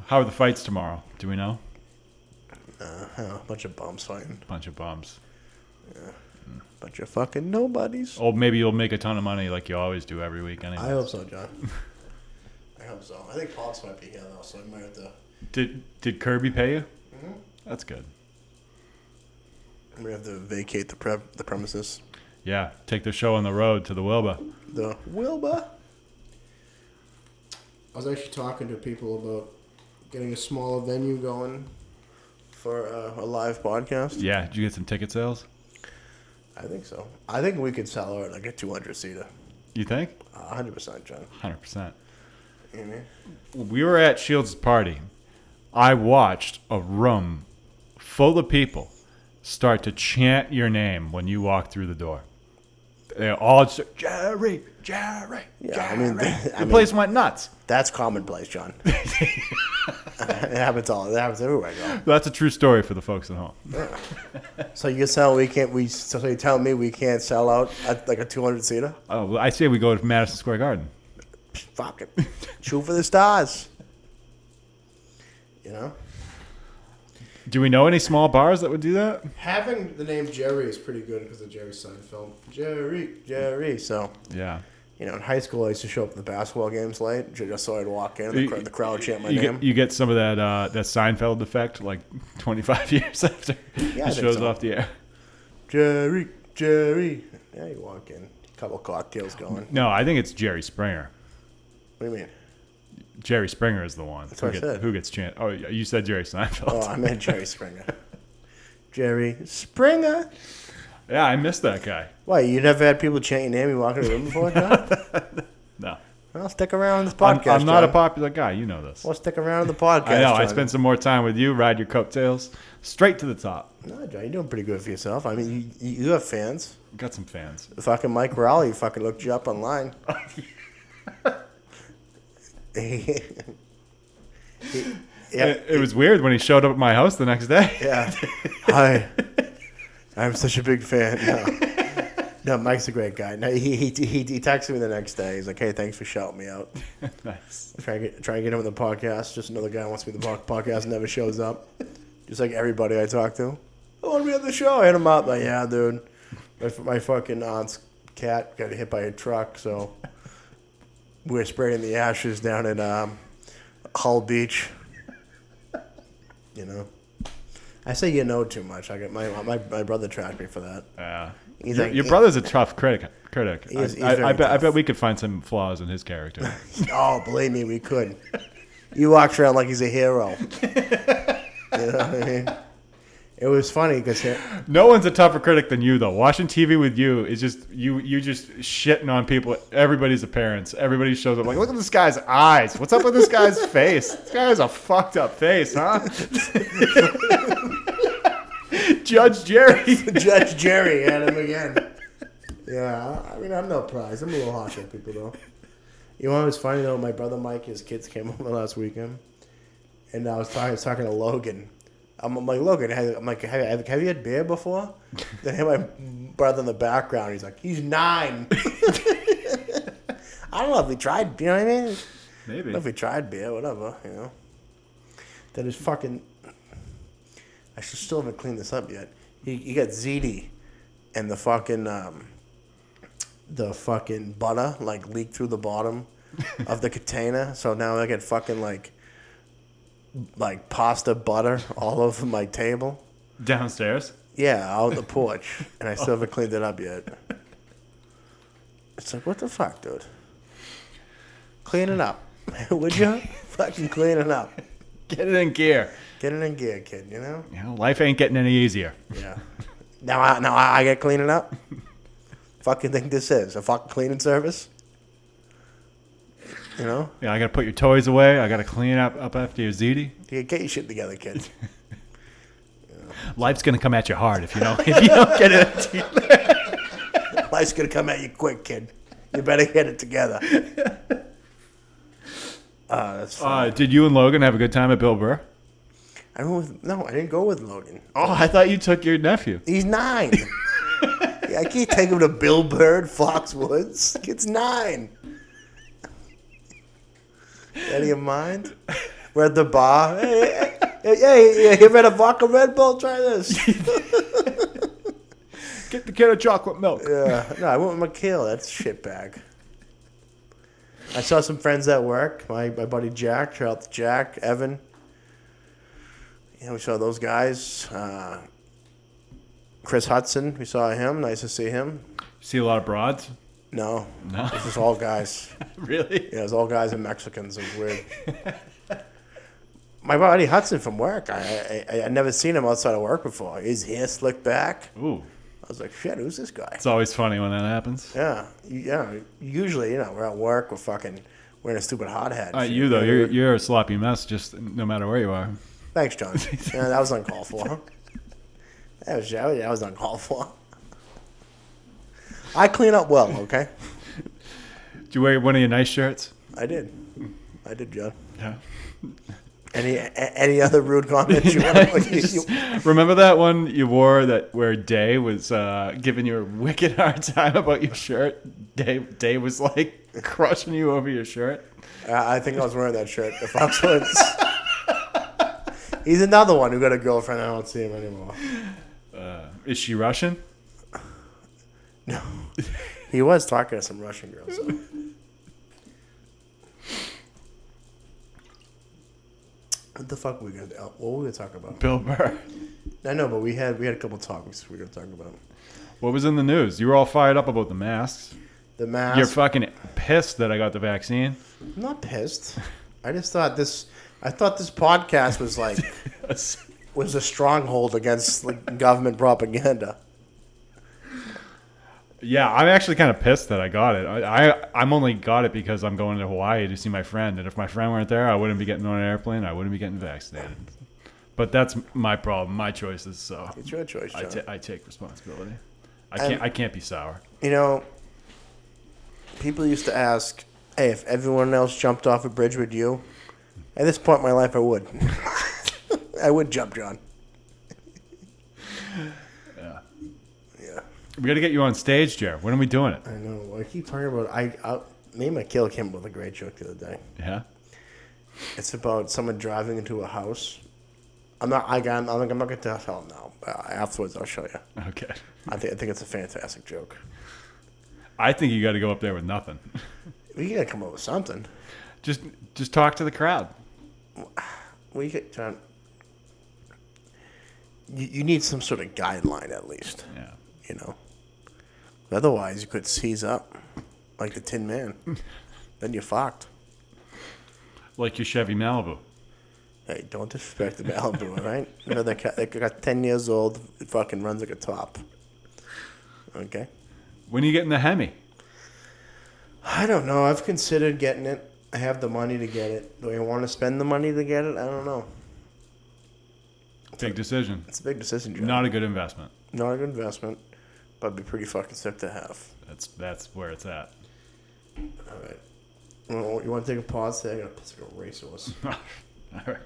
[SPEAKER 2] How are the fights tomorrow? Do we know?
[SPEAKER 1] Uh, a bunch of bums fighting.
[SPEAKER 2] Bunch of bums.
[SPEAKER 1] Bunch of fucking nobodies.
[SPEAKER 2] Or Oh, maybe you'll make a ton of money like you always do every week. Anyway.
[SPEAKER 1] I hope so, John. I hope so. I think Pops might be here though, so I might have to.
[SPEAKER 2] Did Did Kirby pay you? That's good.
[SPEAKER 1] I might have to vacate the prep the premises.
[SPEAKER 2] Yeah, take the show on the road to the Wilbur.
[SPEAKER 1] The Wilbur. I was actually talking to people about getting a smaller venue going for uh, a live podcast.
[SPEAKER 2] Yeah, did you get some ticket sales?
[SPEAKER 1] I think so. I think we could sell it like a 200 seater.
[SPEAKER 2] You think?
[SPEAKER 1] Uh, 100%, John.
[SPEAKER 2] Hundred percent.
[SPEAKER 1] You know what I mean?
[SPEAKER 2] We were at Shields' party. I watched a room full of people start to chant your name when you walk through the door. They all just, Jerry, Jerry,
[SPEAKER 1] Yeah, I mean,
[SPEAKER 2] Jerry."
[SPEAKER 1] I
[SPEAKER 2] the
[SPEAKER 1] mean-
[SPEAKER 2] place went nuts.
[SPEAKER 1] That's commonplace, John. it happens all. It happens everywhere, John.
[SPEAKER 2] That's a true story for the folks at home.
[SPEAKER 1] So you tell we can't we so you tell me we can't sell out at like a 200 seater?
[SPEAKER 2] Oh, well, I say we go to Madison Square Garden.
[SPEAKER 1] Fuck it. Shoot for the stars. You know,
[SPEAKER 2] Do we know any small bars that would do that?
[SPEAKER 1] having the name Jerry is pretty good because of Jerry Seinfeld. Jerry, Jerry. So
[SPEAKER 2] Yeah.
[SPEAKER 1] you know, in high school, I used to show up to the basketball games late ju- just so I'd walk in and the, cr- the crowd would chant my
[SPEAKER 2] you
[SPEAKER 1] name.
[SPEAKER 2] Get, you get some of that uh, that Seinfeld effect, like 25 years after
[SPEAKER 1] I
[SPEAKER 2] it
[SPEAKER 1] think
[SPEAKER 2] shows
[SPEAKER 1] so.
[SPEAKER 2] off the air.
[SPEAKER 1] Jerry, Jerry. Yeah, you walk in, couple cocktails going.
[SPEAKER 2] No, I think it's Jerry Springer.
[SPEAKER 1] What do you mean?
[SPEAKER 2] Jerry Springer is the one. That's who
[SPEAKER 1] what I
[SPEAKER 2] gets,
[SPEAKER 1] said.
[SPEAKER 2] Who gets chant? Oh, yeah, you said Jerry Seinfeld.
[SPEAKER 1] Oh, I meant Jerry Springer. Jerry Springer.
[SPEAKER 2] yeah, I missed that guy.
[SPEAKER 1] Why, you never had people chant your name and walk in the room before, John?
[SPEAKER 2] No,
[SPEAKER 1] I'll stick around on this
[SPEAKER 2] I'm,
[SPEAKER 1] podcast.
[SPEAKER 2] I'm not a
[SPEAKER 1] John.
[SPEAKER 2] popular guy. You know this.
[SPEAKER 1] I'll stick around on the podcast.
[SPEAKER 2] I know. I
[SPEAKER 1] John.
[SPEAKER 2] spend some more time with you. Ride your coattails straight to the top.
[SPEAKER 1] No, John, you're doing pretty good for yourself. I mean, you, you have fans.
[SPEAKER 2] Got some fans.
[SPEAKER 1] Fucking Mike Rowley fucking looked you up online. He- he- yeah,
[SPEAKER 2] It, it was weird when he showed up at my house the next day.
[SPEAKER 1] yeah. Hi. I'm such a big fan. No. No, Mike's a great guy. No, he, he, he, he texted me the next day. He's like, hey, thanks for shouting me out.
[SPEAKER 2] nice.
[SPEAKER 1] Try and get try and get him on the podcast. Just another guy who wants to be on the po- podcast never shows up. Just like everybody I talk to. I want to be on the show. I hit him up like, yeah, dude. My, f- my fucking aunt's cat got hit by a truck, so we're spraying the ashes down at um, Hull Beach. You know, I say you know too much. I get my my, my brother trashed me for that.
[SPEAKER 2] Yeah.
[SPEAKER 1] He's
[SPEAKER 2] your,
[SPEAKER 1] like-
[SPEAKER 2] your brother's a tough critic. Critic.
[SPEAKER 1] He is-
[SPEAKER 2] I-
[SPEAKER 1] he's
[SPEAKER 2] I, I
[SPEAKER 1] very
[SPEAKER 2] bet. I
[SPEAKER 1] tough.
[SPEAKER 2] bet we could find some flaws in his character.
[SPEAKER 1] Oh, believe me, we could. You walks around like he's a hero. you know what I mean? It was funny because
[SPEAKER 2] no one's a tougher critic than you, though. Watching TV with you is just you. You just shitting on people. Everybody's appearance. Everybody shows up like, look at this guy's eyes. What's up with this guy's face? This guy has a fucked up face, huh? Judge Jerry.
[SPEAKER 1] Judge Jerry had him again. Yeah, I I mean, I'm no prize. I'm a little harsh on people, though. You know what was funny, though? My brother Mike, his kids came over last weekend, and I was, talking, I was talking to Logan I'm, I'm like, Logan, have- I'm like, have, have you had beer before? Then I hear my brother in the background. He's like, he's nine. I don't know if we tried, you know what I mean? I don't
[SPEAKER 2] Maybe.
[SPEAKER 1] know if we tried beer, whatever, you know. That is fucking. I should still haven't cleaned this up yet. You, you got ZD and the fucking. Um, the fucking butter like leaked through the bottom of the container. So now I get fucking like like pasta butter all over my table.
[SPEAKER 2] Downstairs.
[SPEAKER 1] Yeah, out the porch, and I still haven't cleaned it up yet. It's like what the fuck, dude? Clean it up, would you? fucking clean it up.
[SPEAKER 2] Get it in gear.
[SPEAKER 1] Get it in gear, kid. You know?
[SPEAKER 2] You know, life ain't getting any easier.
[SPEAKER 1] Yeah. Now I now I, I get cleaning up. fucking think this is a fucking cleaning service. You know?
[SPEAKER 2] Yeah, I gotta put your toys away. I gotta clean up up after your ziti.
[SPEAKER 1] Yeah, get your shit together, kids.
[SPEAKER 2] Life's gonna come at you hard if you don't if you don't get it. together.
[SPEAKER 1] Life's gonna come at you quick, kid. You better get it together. Uh, that's fine.
[SPEAKER 2] Uh, did you and Logan have a good time at Bill Burr?
[SPEAKER 1] I went with, no, I didn't go with Logan.
[SPEAKER 2] Oh, I thought you took your nephew.
[SPEAKER 1] He's nine. yeah, I can't take him to Bill Bird, Foxwoods. It's nine. Out of your mind? We're at the bar. Hey, hey, hey, hey, you read a vodka Red Bull? Try this.
[SPEAKER 2] Get the kid a chocolate milk.
[SPEAKER 1] Yeah, no, I went with Mikhail. That's shitbag. I saw some friends at work. My, my buddy Jack, shout out to Jack, Evan. Yeah, we saw those guys. Uh, Chris Hudson, we saw him. Nice to see him.
[SPEAKER 2] See a lot of broads?
[SPEAKER 1] No,
[SPEAKER 2] No.
[SPEAKER 1] this is all guys.
[SPEAKER 2] really?
[SPEAKER 1] Yeah, it was all guys and Mexicans. It was weird. My buddy Hudson from work. I I, I I'd never seen him outside of work before. His hair slicked back.
[SPEAKER 2] Ooh.
[SPEAKER 1] I was like, shit, who's this guy?
[SPEAKER 2] It's always funny when that happens.
[SPEAKER 1] Yeah, yeah. Usually, you know, we're at work, we're fucking wearing a stupid hot hat.
[SPEAKER 2] Uh, you though, you're you're a sloppy mess. Just no matter where you are.
[SPEAKER 1] Thanks, John. yeah, that was uncalled for. That was that was- that was uncalled for. I clean up well, okay?
[SPEAKER 2] Did you wear one of your nice shirts?
[SPEAKER 1] I did, I did, John.
[SPEAKER 2] Yeah.
[SPEAKER 1] Any a- any other rude comments you want? to you,
[SPEAKER 2] Remember that one you wore that where Day was uh, giving you a wicked hard time about your shirt? Day Day was like crushing you over your shirt.
[SPEAKER 1] I I think I was wearing that shirt. If I was. He's another one who got a girlfriend. I don't see him anymore.
[SPEAKER 2] Is she Russian?
[SPEAKER 1] No, he was talking to some Russian girls. though. What the fuck were we gonna? oh, What were we gonna talk about?
[SPEAKER 2] Bill Burr.
[SPEAKER 1] I know, but we had we had a couple topics we were gonna talk about.
[SPEAKER 2] What was in the news? You were all fired up about the masks.
[SPEAKER 1] The mask.
[SPEAKER 2] You're fucking pissed that I got the vaccine.
[SPEAKER 1] I'm not pissed. I just thought this. I thought this podcast was like was a stronghold against like, government propaganda.
[SPEAKER 2] yeah, I'm actually kind of pissed that I got it. I, I I'm only got it because I'm going to Hawaii to see my friend, and if my friend weren't there, I wouldn't be getting on an airplane. I wouldn't be getting vaccinated. But that's my problem, my choices. So
[SPEAKER 1] It's your choice,
[SPEAKER 2] I
[SPEAKER 1] John.
[SPEAKER 2] ta- I take responsibility. I can't.
[SPEAKER 1] Um,
[SPEAKER 2] I can't be sour.
[SPEAKER 1] you know, people used to ask, "Hey, if everyone else jumped off a bridge, would you?" At this point in my life, I would. I would jump, John. Yeah.
[SPEAKER 2] We got to get you on stage, Jer. When are we doing it?
[SPEAKER 1] Yeah. I know. I keep talking about. I, I me and Mikhail came up with a great joke the other day.
[SPEAKER 2] Yeah.
[SPEAKER 1] It's about someone driving into a house. I'm not. I got. I'm not. I'm not going to tell now. Uh, afterwards, I'll show you.
[SPEAKER 2] Okay.
[SPEAKER 1] I think. I think it's a fantastic joke.
[SPEAKER 2] I think you got to go up there with nothing.
[SPEAKER 1] We gotta come up with something.
[SPEAKER 2] Just just talk to the crowd.
[SPEAKER 1] We could, John. You, you need some sort of guideline at least,
[SPEAKER 2] Yeah.
[SPEAKER 1] you know. Otherwise, you could seize up like the Tin Man. then you're fucked.
[SPEAKER 2] Like your Chevy Malibu.
[SPEAKER 1] Hey, don't disrespect the Malibu, all right? You know, they got, they got 10 years old, it fucking runs like a top. Okay?
[SPEAKER 2] When are you getting the Hemi?
[SPEAKER 1] I don't know. I've considered getting it. I have the money to get it. Do I want to spend the money to get it? I don't know.
[SPEAKER 2] Big decision.
[SPEAKER 1] It's a big decision, John.
[SPEAKER 2] Not a good investment.
[SPEAKER 1] Not a good investment, but it'd be pretty fucking sick to have.
[SPEAKER 2] That's that's where it's at.
[SPEAKER 1] All right. Well, you want to take a pause? Today? I got a piss like a racehorse.
[SPEAKER 2] All right.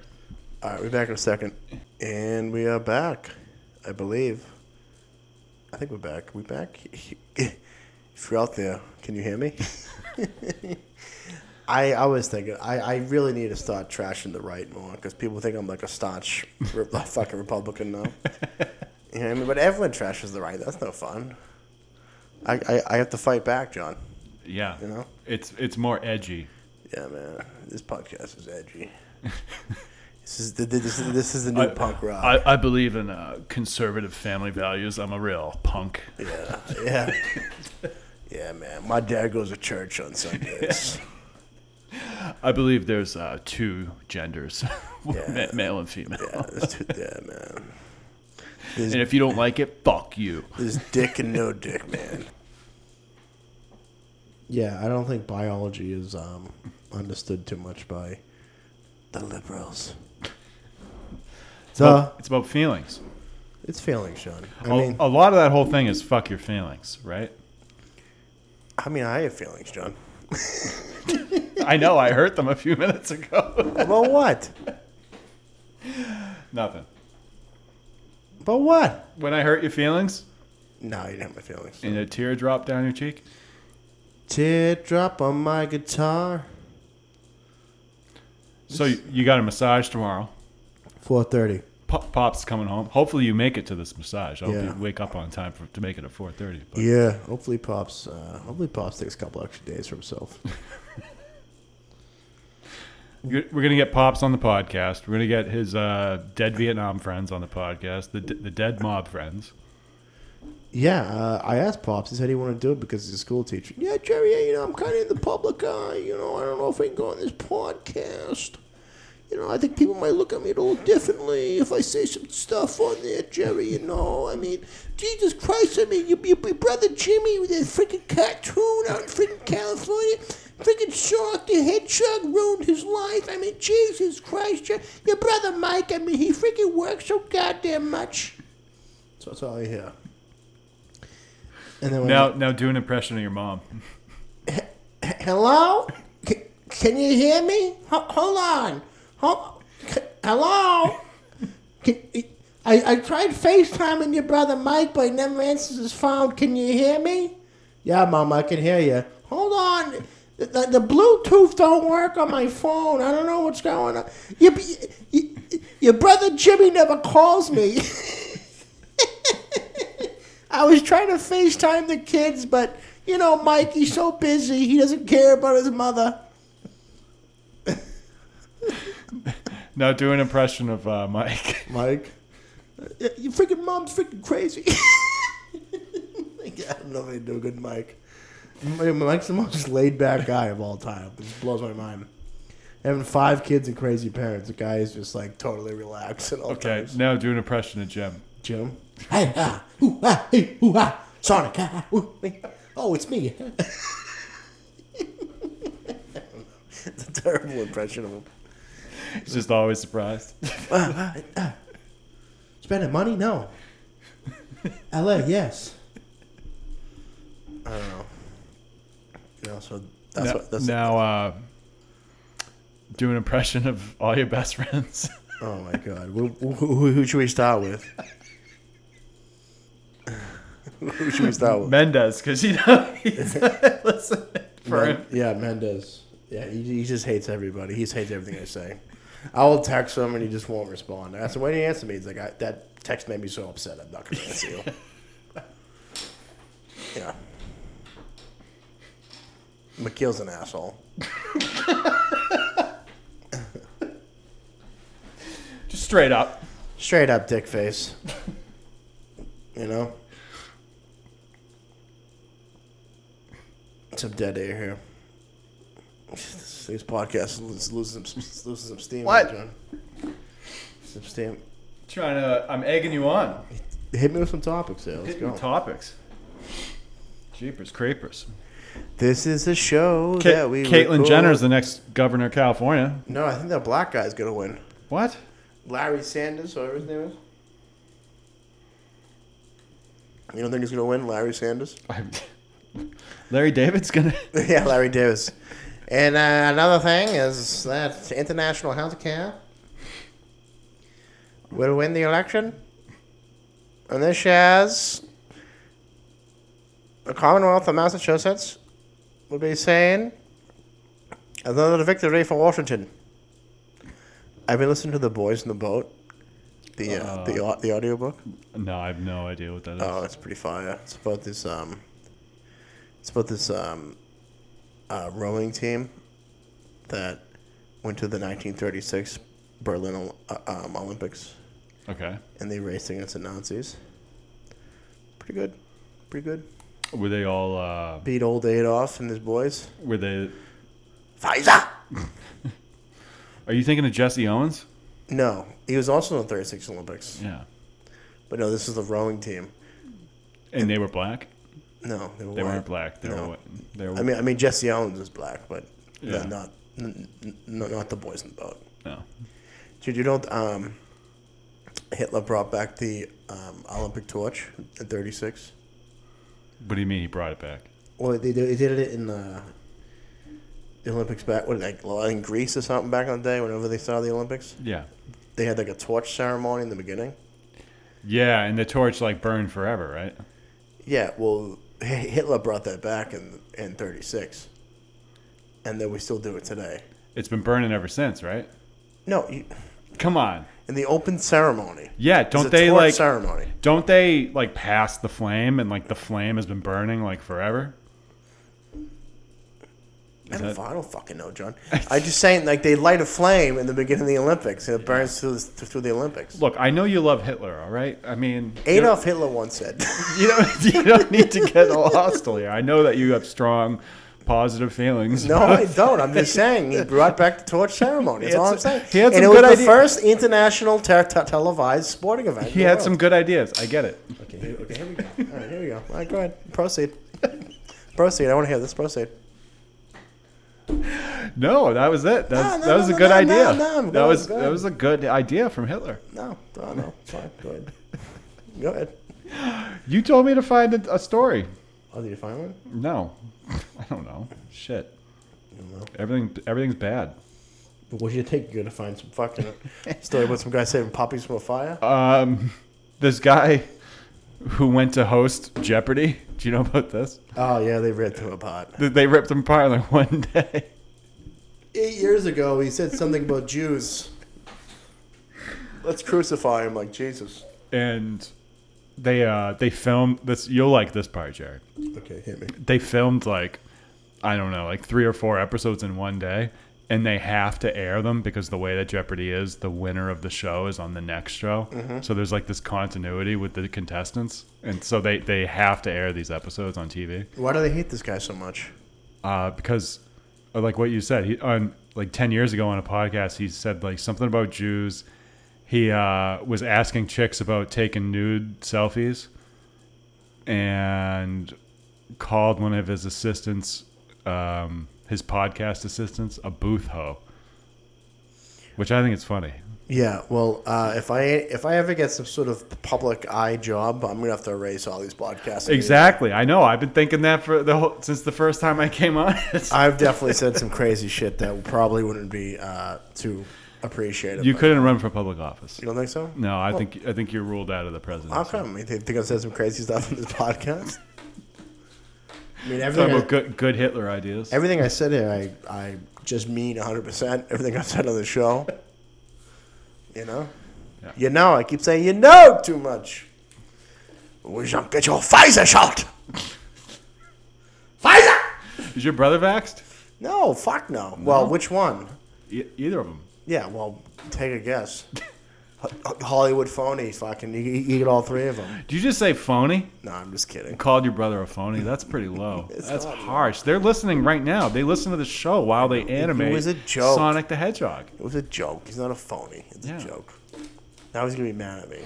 [SPEAKER 1] All right, we're back in a second. And we are back, I believe. I think we're back. We back? If you're out there, can you hear me? I, I was thinking, I, I really need to start trashing the right more because people think I'm like a staunch re- fucking Republican now. You know what I mean? But everyone trashes the right. That's no fun. I, I, I have to fight back, John.
[SPEAKER 2] Yeah.
[SPEAKER 1] You know?
[SPEAKER 2] It's it's more edgy.
[SPEAKER 1] Yeah, man. This podcast is edgy. this, is the, this, is, this is the new punk rock.
[SPEAKER 2] I, I believe in uh, conservative family values. I'm a real punk.
[SPEAKER 1] Yeah, yeah, yeah, man. My dad goes to church on Sundays.
[SPEAKER 2] I believe there's uh, two genders,
[SPEAKER 1] Yeah.
[SPEAKER 2] ma- male and female.
[SPEAKER 1] Yeah, that's too, yeah man. There's,
[SPEAKER 2] And if you don't like it, fuck you.
[SPEAKER 1] there's dick and no dick, man. Yeah, I don't think biology is um, understood too much by the liberals. So
[SPEAKER 2] Well, oh, it's about feelings.
[SPEAKER 1] it's failing, Sean. I
[SPEAKER 2] A-
[SPEAKER 1] mean,
[SPEAKER 2] a lot of that whole thing is fuck your feelings, right?
[SPEAKER 1] I mean, I have feelings, John.
[SPEAKER 2] I know. I heard them a few minutes ago.
[SPEAKER 1] About what?
[SPEAKER 2] Nothing.
[SPEAKER 1] About what?
[SPEAKER 2] When I hurt your feelings
[SPEAKER 1] No, you didn't have my feelings.
[SPEAKER 2] and a tear dropped down your cheek,
[SPEAKER 1] Teardrop on my guitar.
[SPEAKER 2] so you, you got a massage tomorrow.
[SPEAKER 1] Four thirty.
[SPEAKER 2] Pop, Pop's coming home. Hopefully, you make it to this massage. I hope
[SPEAKER 1] Yeah.
[SPEAKER 2] you wake up on time for, to make it at four thirty.
[SPEAKER 1] Yeah, hopefully pops. Uh, hopefully pops takes a couple extra days for himself.
[SPEAKER 2] We're we're gonna get pops on the podcast. We're gonna get his uh, dead Vietnam friends on the podcast. The d- the dead mob friends.
[SPEAKER 1] yeah, uh, I asked pops. He said he wanted to do it because he's a school teacher. Yeah, Jerry. Yeah, you know, I'm kind of in the public eye. You know, I don't know if I can go on this podcast. You know, I think people might look at me a little differently if I say some stuff on there, Jerry. You know, I mean, Jesus Christ. I mean, your, your, your brother Jimmy with that freaking cartoon out in freaking California. Freaking shark, the hedgehog ruined his life. I mean, Jesus Christ, your, your brother Mike, I mean, he freaking works so goddamn much. So that's all I hear. And then when
[SPEAKER 2] Now now do an impression of your mom.
[SPEAKER 1] Hello? C- can you hear me? Ho- hold on. Ho- c- hello? Can, I, I tried FaceTiming your brother Mike, but he never answers his phone. Can you hear me? Yeah, Mom, I can hear you. Hold on. The, the, the Bluetooth don't work on my phone. I don't know what's going on. Your, your, your brother Jimmy never calls me. I was trying to FaceTime the kids, but you know, Mike, he's so busy, he doesn't care about his mother.
[SPEAKER 2] Now do an impression of uh, Mike.
[SPEAKER 1] Mike? Uh, Your freaking mom's freaking crazy. I don't know if they do a good Mike. Mike's the most laid back guy of all time. It just blows my mind. Having five kids and crazy parents, the guy is just like totally relaxed at all
[SPEAKER 2] Okay,
[SPEAKER 1] times.
[SPEAKER 2] now do an impression of Jim.
[SPEAKER 1] Jim? Hey, ah, ooh, ah, hey, ooh, ah, Sonic. Ah, ah, ooh, hey. Oh, it's me. it's a terrible impression of him.
[SPEAKER 2] He's just always surprised.
[SPEAKER 1] Spending money? No. LA, yes. I don't know. You know, so that's
[SPEAKER 2] now
[SPEAKER 1] what that's
[SPEAKER 2] now, uh, do an impression of all your best friends.
[SPEAKER 1] Oh my god. Who, who, who, who should we start with? who should we start with?
[SPEAKER 2] Mendez, because you know he's listen for him.
[SPEAKER 1] Yeah, Mendez. Yeah, he, he just hates everybody. He just hates everything I say. I will text him and he just won't respond. I said, "Why didn't you answer me?" He's like, I, "That text made me so upset. I'm not gonna answer you." yeah. McKeel's an asshole.
[SPEAKER 2] just straight up.
[SPEAKER 1] Straight up dick face. you know. Some dead air here. This, this podcast is losing some, losing some steam.
[SPEAKER 2] What?
[SPEAKER 1] John. Some steam.
[SPEAKER 2] Trying to, I'm egging you on.
[SPEAKER 1] Hit me with some topics here. Let's
[SPEAKER 2] Get your
[SPEAKER 1] go.
[SPEAKER 2] topics. Jeepers creepers.
[SPEAKER 1] this is a show
[SPEAKER 2] Ca-
[SPEAKER 1] that we.
[SPEAKER 2] Caitlyn
[SPEAKER 1] record-
[SPEAKER 2] Jenner's the next governor of California.
[SPEAKER 1] No, I think that black guy's gonna win.
[SPEAKER 2] What?
[SPEAKER 1] Larry Sanders, whatever his name is. You don't think he's gonna win, Larry Sanders?
[SPEAKER 2] Larry David's gonna.
[SPEAKER 1] yeah, Larry Davis. And uh, another thing is that international healthcare will win the election. And this shares the Commonwealth of Massachusetts will be saying another victory for Washington. I've been listening to the boys in the boat, the uh, the au- the audiobook.
[SPEAKER 2] No, I have no idea what that is.
[SPEAKER 1] Oh, it's pretty fire. It's about this um, it's about this um, uh, rowing team that went to the 1936 Berlin Ol- uh, um, Olympics
[SPEAKER 2] okay.
[SPEAKER 1] and they raced against the Nazis. Pretty good, pretty good.
[SPEAKER 2] Were they all? Uh,
[SPEAKER 1] Beat old Adolf and his boys.
[SPEAKER 2] were they?
[SPEAKER 1] Pfizer.
[SPEAKER 2] Are you thinking of Jesse Owens?
[SPEAKER 1] No, he was also in the 36 Olympics,
[SPEAKER 2] Yeah.
[SPEAKER 1] but no, this is the rowing team.
[SPEAKER 2] And they were black.
[SPEAKER 1] No, they, were
[SPEAKER 2] They
[SPEAKER 1] white.
[SPEAKER 2] weren't black. They
[SPEAKER 1] No.
[SPEAKER 2] were. wh- They were.
[SPEAKER 1] I mean, I mean Jesse Owens is black, but no,
[SPEAKER 2] Yeah.
[SPEAKER 1] not n- n- n- not the boys in the boat.
[SPEAKER 2] no.
[SPEAKER 1] Dude, you don't. Um, Hitler brought back the um, Olympic torch in '36.
[SPEAKER 2] What do you mean he brought it back?
[SPEAKER 1] Well, they, did- they did it in the, the Olympics back, what, like in Greece or something back in the day. Whenever they saw the Olympics,
[SPEAKER 2] Yeah.
[SPEAKER 1] they had like a torch ceremony in the beginning.
[SPEAKER 2] Yeah, and the torch like burned forever, right?
[SPEAKER 1] Yeah, well, Hi- Hitler brought that back in in '36, and then we still do it today.
[SPEAKER 2] It's been burning ever since, right?
[SPEAKER 1] No, you,
[SPEAKER 2] Come on.
[SPEAKER 1] in the open ceremony.
[SPEAKER 2] Yeah,
[SPEAKER 1] It's
[SPEAKER 2] don't
[SPEAKER 1] a
[SPEAKER 2] they
[SPEAKER 1] torch
[SPEAKER 2] like
[SPEAKER 1] ceremony?
[SPEAKER 2] don't they like pass the flame and like the flame has been burning like forever?
[SPEAKER 1] I
[SPEAKER 2] that-
[SPEAKER 1] don't, I don't fucking know, John. I just saying like they light a flame in the beginning of the Olympics and it burns through the, through the Olympics.
[SPEAKER 2] Look, I know you love Hitler, all right? I mean, you don't-
[SPEAKER 1] Adolf Hitler once said,
[SPEAKER 2] you don't you don't need to get all hostile here. I know that you have strong positive feelings.
[SPEAKER 1] "No, I don't." I'm just saying he brought back the torch ceremony. That's
[SPEAKER 2] He had
[SPEAKER 1] all
[SPEAKER 2] some-
[SPEAKER 1] I'm saying.
[SPEAKER 2] he had
[SPEAKER 1] and
[SPEAKER 2] some
[SPEAKER 1] it was
[SPEAKER 2] good
[SPEAKER 1] the
[SPEAKER 2] idea-
[SPEAKER 1] first international te- te- televised sporting event. in
[SPEAKER 2] He
[SPEAKER 1] the
[SPEAKER 2] had
[SPEAKER 1] world.
[SPEAKER 2] some good ideas. I get it.
[SPEAKER 1] Okay, here, okay, here we go. All right, here we go. All right, go ahead. Proceed. proceed. I want to hear this. Proceed.
[SPEAKER 2] No, that was it.
[SPEAKER 1] No,
[SPEAKER 2] That's,
[SPEAKER 1] no,
[SPEAKER 2] that was
[SPEAKER 1] no,
[SPEAKER 2] a good
[SPEAKER 1] no, no,
[SPEAKER 2] idea.
[SPEAKER 1] no, no,
[SPEAKER 2] that
[SPEAKER 1] go
[SPEAKER 2] was
[SPEAKER 1] ahead, go
[SPEAKER 2] that was a good idea from Hitler.
[SPEAKER 1] No, no, no. It's fine. Go ahead. Go ahead.
[SPEAKER 2] You told me to find a, a story.
[SPEAKER 1] Oh, did you find one?
[SPEAKER 2] No, I don't know. Shit,
[SPEAKER 1] I don't know.
[SPEAKER 2] everything everything's bad.
[SPEAKER 1] But What do you think? You're gonna find some fucking story about some guy saving puppies from a fire?
[SPEAKER 2] Um, this guy who went to host Jeopardy. Do you know about this?
[SPEAKER 1] Oh yeah, they read through a pot.
[SPEAKER 2] That They ripped him apart like one day.
[SPEAKER 1] Eight years ago, he said something about Jews. Let's crucify him like Jesus.
[SPEAKER 2] and they uh they filmed this you'll like this part jared
[SPEAKER 1] Okay, hit me.
[SPEAKER 2] they filmed like i don't know like three or four episodes in one day and they have to air them because the way that jeopardy is the winner of the show is on the next show so there's like this continuity with the contestants and so they they have to air these episodes on tv
[SPEAKER 1] Why do they hate this guy so much?
[SPEAKER 2] uh, because uh, like what you said he on like 10 years ago on a podcast he said like something about jews he uh, was asking chicks about taking nude selfies and called one of his assistants um, his podcast assistants a booth hoe which i think is funny
[SPEAKER 1] Yeah, well, uh, if I if I ever get some sort of public eye job, I'm gonna have to erase all these podcasts.
[SPEAKER 2] exactly i know i've been thinking that for the whole since the first time i came on
[SPEAKER 1] I've definitely said some crazy shit that probably wouldn't be uh, too appreciated.
[SPEAKER 2] you
[SPEAKER 1] by-
[SPEAKER 2] couldn't run for public office
[SPEAKER 1] You don't think so?
[SPEAKER 2] no i think i think you're ruled out of the presidency
[SPEAKER 1] How come? You think think I've said some crazy stuff on this podcast? I mean,
[SPEAKER 2] Talking
[SPEAKER 1] everything. I-
[SPEAKER 2] about good, good Hitler ideas.
[SPEAKER 1] Everything I said here, I, I just mean 100%. Everything I said on the show. You know?
[SPEAKER 2] Yeah.
[SPEAKER 1] You know, I keep saying you know too much. We don't get your Pfizer shot. Pfizer!
[SPEAKER 2] Is your brother vaxxed?
[SPEAKER 1] No, fuck no. Well, which one?
[SPEAKER 2] E- either of them.
[SPEAKER 1] Yeah, well, take a guess. Ho- ho- Hollywood phony, fucking. You, you get all three of them.
[SPEAKER 2] Did you just say phony?
[SPEAKER 1] No, I'm just kidding.
[SPEAKER 2] Called your brother a phony? That's pretty low.
[SPEAKER 1] It's
[SPEAKER 2] That's
[SPEAKER 1] not low.
[SPEAKER 2] harsh. They're listening right now. They listen to the show while they animate
[SPEAKER 1] was a joke.
[SPEAKER 2] Sonic the Hedgehog.
[SPEAKER 1] It was a joke. He's not a phony. It's
[SPEAKER 2] Yeah.
[SPEAKER 1] a joke. Now he's going to be mad at me.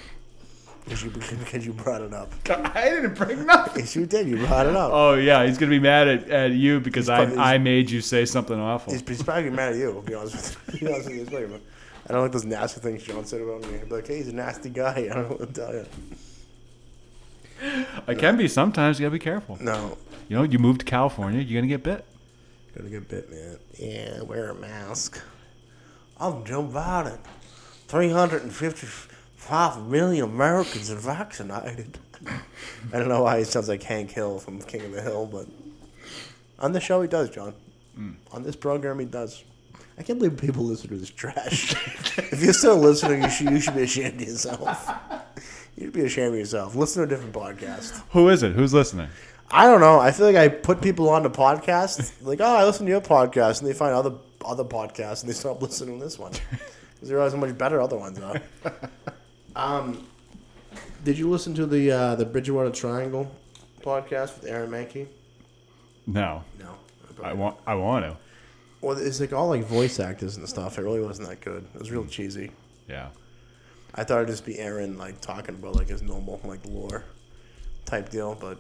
[SPEAKER 1] Because you, because you brought it up.
[SPEAKER 2] I didn't bring nothing.
[SPEAKER 1] Yes, you did. You brought it up.
[SPEAKER 2] Oh yeah, he's gonna be mad at, at you because I,
[SPEAKER 1] probably-
[SPEAKER 2] I made you say something awful.
[SPEAKER 1] He's, he's probably mad at you. To be honest with you, To be honest with you, he's probably- I don't like those nasty things John said about me. He'd be like, hey, he's a nasty guy. I don't know what to tell you.
[SPEAKER 2] I can be sometimes. You gotta be careful.
[SPEAKER 1] No,
[SPEAKER 2] You know, you moved to California, you're gonna get bit.
[SPEAKER 1] gotta get bit, man. Yeah, wear a mask. I'm Joe Biden. 350, half a million Americans are vaccinated. I don't know why he sounds like Hank Hill from King of the Hill, but on the show he does, John. On this program he does. I can't believe people listen to this trash. if you're still listening, you should you should be ashamed of yourself. You should be ashamed of yourself. Listen to a different podcast.
[SPEAKER 2] Who is it? Who's listening?
[SPEAKER 1] I don't know. I feel like I put people on to podcasts. Like, oh, I listen to your podcast, and they find other other podcasts, and they stop listening to this one because they realize how much better other ones are. um, did you listen to the uh, the Bridgewater Triangle podcast with Aaron Mankey?
[SPEAKER 2] No,
[SPEAKER 1] No.
[SPEAKER 2] I want. I want to.
[SPEAKER 1] Well, it's like all like voice actors and stuff. It really wasn't that good. It was real cheesy.
[SPEAKER 2] Yeah.
[SPEAKER 1] I thought it'd just be Aaron like talking about like his normal like lore type deal, but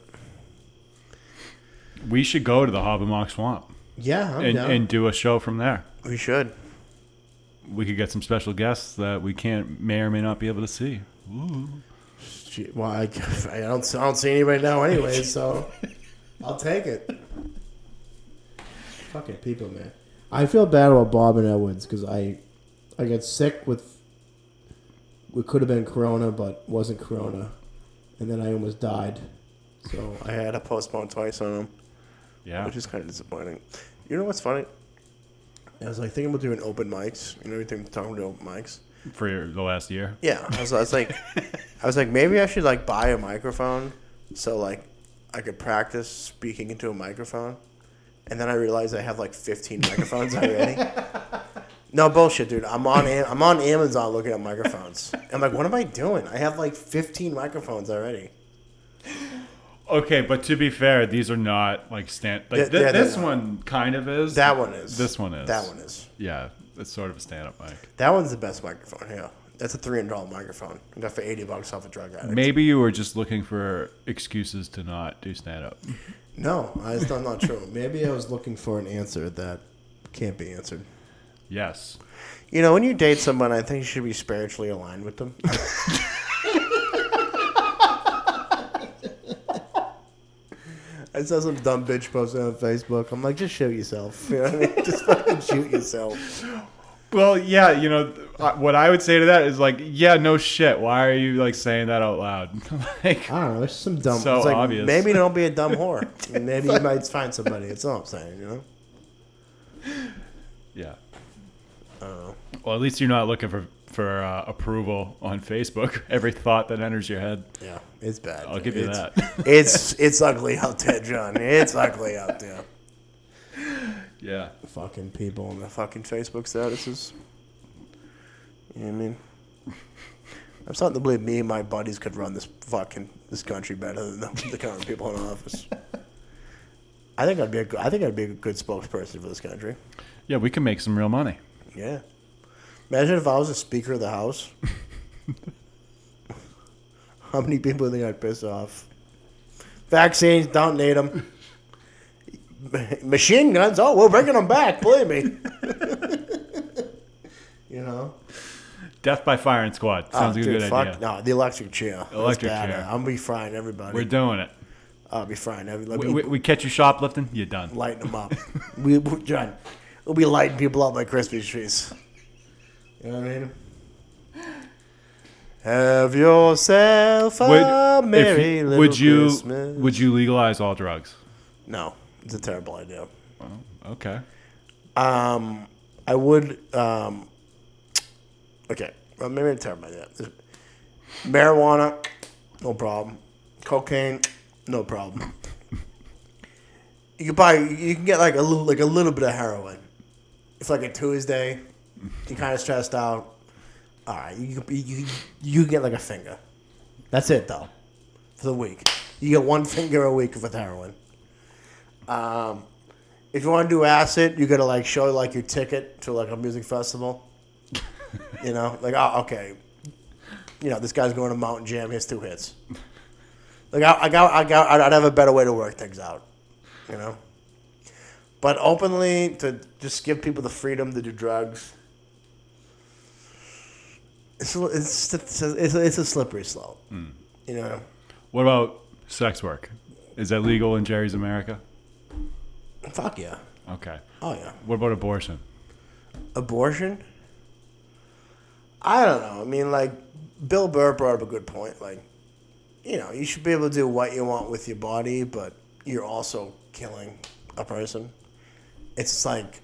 [SPEAKER 2] We should go to the Hobbamock Swamp
[SPEAKER 1] yeah, I'm
[SPEAKER 2] and,
[SPEAKER 1] down.
[SPEAKER 2] and do a show from there.
[SPEAKER 1] we should.
[SPEAKER 2] We could get some special guests that we can't may or may not be able to see.
[SPEAKER 1] Gee, well, I, I don't I don't see anybody now anyway, so I'll take it. Fucking people, man.
[SPEAKER 4] I feel bad about Bob and Edwards because I, I got sick with. It could have been Corona, but wasn't Corona, and then I almost died. So
[SPEAKER 1] I had to postpone twice on him,
[SPEAKER 2] Yeah.
[SPEAKER 1] which is kind of disappointing. You know what's funny? I was like thinking about doing open mics. You know, everything talking to open mics.
[SPEAKER 2] For the last year.
[SPEAKER 1] Yeah, I was, I was like, I was like, maybe I should like buy a microphone, so like, I could practice speaking into a microphone, and then I realized I have like 15 microphones already. No bullshit, dude. I'm on Am- I'm on Amazon looking at microphones. I'm like, what am I doing? I have like 15 microphones already.
[SPEAKER 2] Okay, but to be fair, these are not like stand. Like
[SPEAKER 1] Th-
[SPEAKER 2] thi-
[SPEAKER 1] yeah, they're
[SPEAKER 2] this
[SPEAKER 1] not.
[SPEAKER 2] one kind of is.
[SPEAKER 1] That one is.
[SPEAKER 2] This one is.
[SPEAKER 1] That one is.
[SPEAKER 2] Yeah, it's sort of a stand-up mic.
[SPEAKER 1] That one's the best microphone. Yeah, that's a 300 dollar microphone. I got for 80 bucks off a drug addict.
[SPEAKER 2] Maybe you were just looking for excuses to not do stand-up.
[SPEAKER 1] No, that's not, not true. Maybe I was looking for an answer that can't be answered.
[SPEAKER 2] Yes.
[SPEAKER 1] You know, when you date someone, I think you should be spiritually aligned with them. I saw some dumb bitch posting on Facebook. I'm like, just shoot yourself. You know what I mean? Just fucking shoot yourself.
[SPEAKER 2] Well, yeah, you know th- I- what I would say to that is like, yeah, no shit. Why are you like saying that out loud? like,
[SPEAKER 4] I don't know. There's some dumb.
[SPEAKER 2] So-
[SPEAKER 1] It's like,
[SPEAKER 2] obvious.
[SPEAKER 1] maybe don't be a dumb whore. And maybe you might find somebody. That's all I'm saying, you know?
[SPEAKER 2] yeah.
[SPEAKER 1] Oh.
[SPEAKER 2] Well, at least you're not looking for for uh, approval on Facebook. Every thought that enters your head,
[SPEAKER 1] Yeah, it's bad.
[SPEAKER 2] I'll give you
[SPEAKER 1] It's-
[SPEAKER 2] that.
[SPEAKER 1] It's it's ugly out there, John. It's ugly out there.
[SPEAKER 2] yeah.
[SPEAKER 1] Fucking people and the fucking Facebook statuses. You know what I mean? I'm starting to believe me and my buddies could run this fucking this country better than the, the current people in office. I think I'd be a good, I think I'd be a good spokesperson for this country.
[SPEAKER 2] Yeah, we can make some real money.
[SPEAKER 1] Yeah. Imagine if I was a Speaker of the House. How many people think I'd piss off? Vaccines, don't need them. Machine guns, oh, we're bringing them back, believe me. you know?
[SPEAKER 2] Death by firing squad sounds
[SPEAKER 1] Oh,
[SPEAKER 2] like a
[SPEAKER 1] dude,
[SPEAKER 2] good
[SPEAKER 1] fuck,
[SPEAKER 2] idea.
[SPEAKER 1] No, the electric chair. That's
[SPEAKER 2] Electric
[SPEAKER 1] bad.
[SPEAKER 2] chair.
[SPEAKER 1] I'm going to be frying everybody.
[SPEAKER 2] We're doing it.
[SPEAKER 1] I'll be frying everybody.
[SPEAKER 2] We, we, we catch you shoplifting, you're done.
[SPEAKER 1] lighting them up. we, we, John, we'll be lighting people up like Christmas trees. You know what I mean? Have yourself a
[SPEAKER 2] Would, if
[SPEAKER 1] merry
[SPEAKER 2] you,
[SPEAKER 1] little
[SPEAKER 2] would you
[SPEAKER 1] Christmas.
[SPEAKER 2] would you legalize all drugs? Oh,
[SPEAKER 1] No, it's a terrible idea.
[SPEAKER 2] Okay.
[SPEAKER 1] Um, I would. Um, okay, well, maybe it's a terrible idea. Marijuana, no problem. Cocaine, no problem. You can buy. You can get like a little, like a little bit of heroin. It's like a Tuesday. You're kind of stressed out. All right, you you you, you can get like a finger. That's it though, for the week. You get one finger a week with heroin Um, if you want to do acid, you gotta like show like your ticket to like a music festival. you know, like oh, okay, you know this guy's going to Mountain Jam. He has two hits. Like I, I got, I got, I'd- I'd have a better way to work things out. You know, but openly to just give people the freedom to do drugs. It's a, it's, it's, a, it's, a, it's a slippery slope. You know,
[SPEAKER 2] What about sex work? Is that legal in Jerry's America?
[SPEAKER 1] fuck yeah,
[SPEAKER 2] Okay.
[SPEAKER 1] oh yeah.
[SPEAKER 2] What about abortion?
[SPEAKER 1] abortion I don't know. I mean, like Bill Burr brought up a good point. Like, you know, you should be able to do what you want with your body, but you're also killing a person. It's like,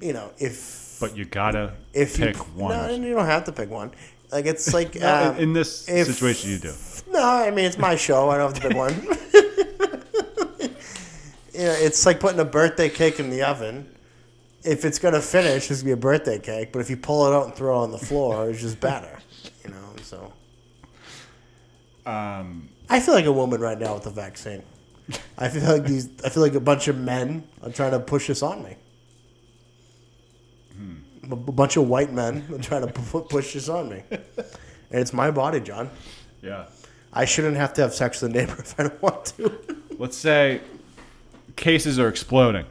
[SPEAKER 1] you know, if
[SPEAKER 2] But you gotta
[SPEAKER 1] if
[SPEAKER 2] pick
[SPEAKER 1] you,
[SPEAKER 2] one.
[SPEAKER 1] no, you don't have to pick one. Like it's like
[SPEAKER 2] Uh,
[SPEAKER 1] um,
[SPEAKER 2] in this
[SPEAKER 1] if-
[SPEAKER 2] situation, you do.
[SPEAKER 1] No, I mean it's my show. I don't have to pick one. yeah, it's like putting a birthday cake in the oven. If it's gonna finish, it's gonna be a birthday cake. But if you pull it out and throw it on the floor, it's just better. You know. So. Um.
[SPEAKER 2] Um,
[SPEAKER 1] I feel like a woman right now with the vaccine. I feel like these. I feel like a bunch of men are trying to push this on me. A b- bunch of white men are trying to pu- push this on me, and it's my body, John.
[SPEAKER 2] Yeah.
[SPEAKER 1] I shouldn't have to have sex with a neighbor if I don't want to.
[SPEAKER 2] Let's say cases are exploding.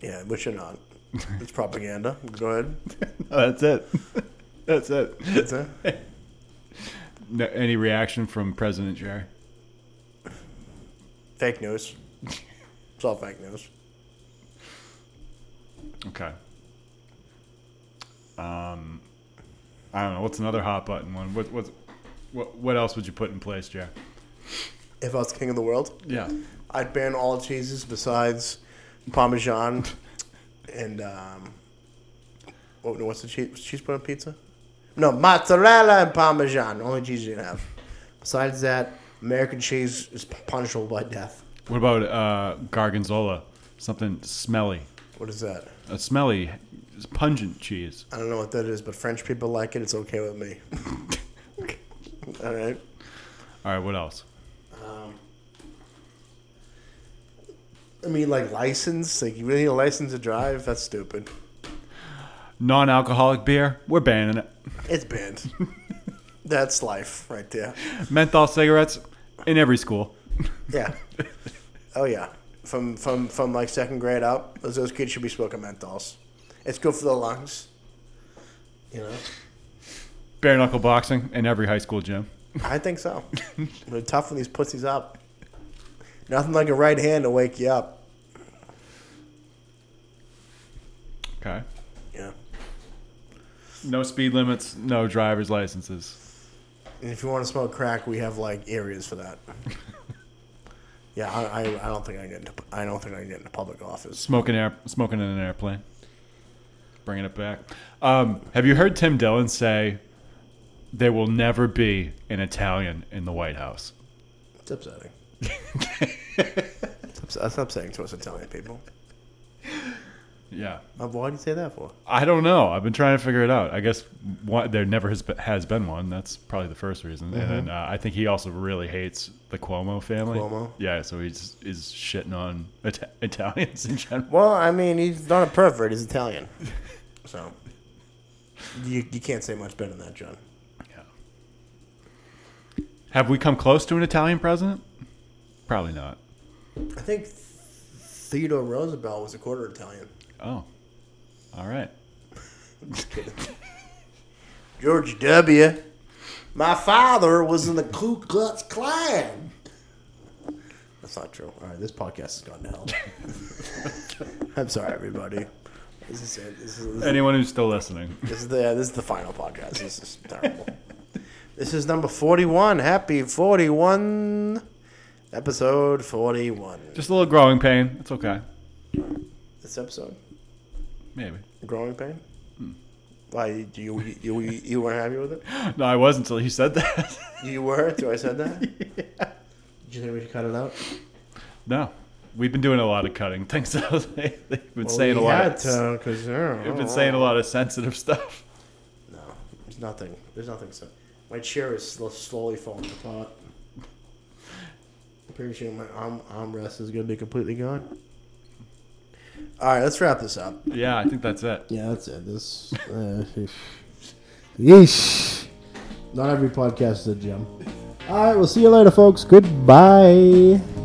[SPEAKER 1] yeah, which you're not. It's propaganda. Go ahead.
[SPEAKER 2] That's it. That's it.
[SPEAKER 1] That's it.
[SPEAKER 2] No, any reaction from President Jerry?
[SPEAKER 1] Fake news. It's all fake news.
[SPEAKER 2] Okay. Um, I don't know. What's another hot button one? What what what, what else would you put in place, Jerry?
[SPEAKER 1] If I was king of the world,
[SPEAKER 2] Yeah.
[SPEAKER 1] I'd ban all cheeses besides Parmesan and um. What, what's the cheese? what's Cheese put on pizza? No, mozzarella and Parmesan. Only cheese you can have. Besides that, American cheese is punishable by death.
[SPEAKER 2] What about uh, gargonzola? Something smelly.
[SPEAKER 1] What is that?
[SPEAKER 2] A smelly, pungent cheese.
[SPEAKER 1] I don't know what that is, but French people like it. It's okay with me. All right.
[SPEAKER 2] All right. What else?
[SPEAKER 1] I mean, like license. Like you really need a license to drive. That's stupid.
[SPEAKER 2] Non-alcoholic beer. We're banning it.
[SPEAKER 1] It's banned. That's life right there.
[SPEAKER 2] Menthol cigarettes in every school.
[SPEAKER 1] Yeah. Oh yeah. From from from like second grade up, those, those kids should be smoking menthols. It's good for the lungs. You know.
[SPEAKER 2] Bare knuckle boxing in every high school gym.
[SPEAKER 1] I think so. They're toughen these pussies up. Nothing like a right hand to wake you up.
[SPEAKER 2] Okay.
[SPEAKER 1] Yeah.
[SPEAKER 2] No speed limits. No driver's licenses.
[SPEAKER 1] And if you want to smoke crack, we have like areas for that. yeah, I, I, I don't think I can get into I don't think I can get into public office.
[SPEAKER 2] Smoking air. Smoking in an airplane. Bringing it back. Um, have you heard Tim Dillon say there will never be an Italian in the White House?
[SPEAKER 1] It's upsetting. it's ups- that's upsetting to us Italian people.
[SPEAKER 2] Yeah.
[SPEAKER 1] Uh, Why do you say that for?
[SPEAKER 2] I don't know. I've been trying to figure it out. I guess one, there never has been, has been one. That's probably the first reason. And then uh, I think he also really hates the Cuomo family.
[SPEAKER 1] Cuomo?
[SPEAKER 2] Yeah, so he's is shitting on Ita- Italians in general.
[SPEAKER 1] Well, I mean, he's not a pervert. He's Italian, so you you can't say much better than that, John.
[SPEAKER 2] Yeah. Have we come close to an Italian president? Probably not.
[SPEAKER 1] I think Theodore Roosevelt was a quarter Italian.
[SPEAKER 2] Oh, all right.
[SPEAKER 1] George W. My father was in the Ku Klux Klan. That's not true. All right, this podcast has gone to hell. I'm sorry, everybody. This is it. This is, this,
[SPEAKER 2] Anyone who's still listening,
[SPEAKER 1] is the this is the final podcast. This is terrible. this is number forty-one. Happy forty-one. Episode forty-one.
[SPEAKER 2] just a little growing pain. It's okay.
[SPEAKER 1] This episode,
[SPEAKER 2] Maybe.
[SPEAKER 1] growing pain.
[SPEAKER 2] Hmm.
[SPEAKER 1] Why do you you you, you weren't happy with it?
[SPEAKER 2] No, I was until you said that.
[SPEAKER 1] You were. Do I said that? Do you think we should cut it out?
[SPEAKER 2] no, we've been doing a lot of cutting things out lately. We've been
[SPEAKER 1] Well,
[SPEAKER 2] saying a
[SPEAKER 1] we
[SPEAKER 2] lot.
[SPEAKER 1] had
[SPEAKER 2] of-
[SPEAKER 1] to, 'cause, uh,
[SPEAKER 2] We've been saying a lot of sensitive stuff.
[SPEAKER 1] No, there's nothing. There's nothing. So my chair is sl- slowly falling apart. Pretty sure my arm armrest is gonna be completely gone. All right, let's wrap this up.
[SPEAKER 2] Yeah, I think that's it.
[SPEAKER 4] Yeah, that's it. This. Uh, yeesh. Not every podcast is a gem. All right, we'll see you later, folks. Goodbye.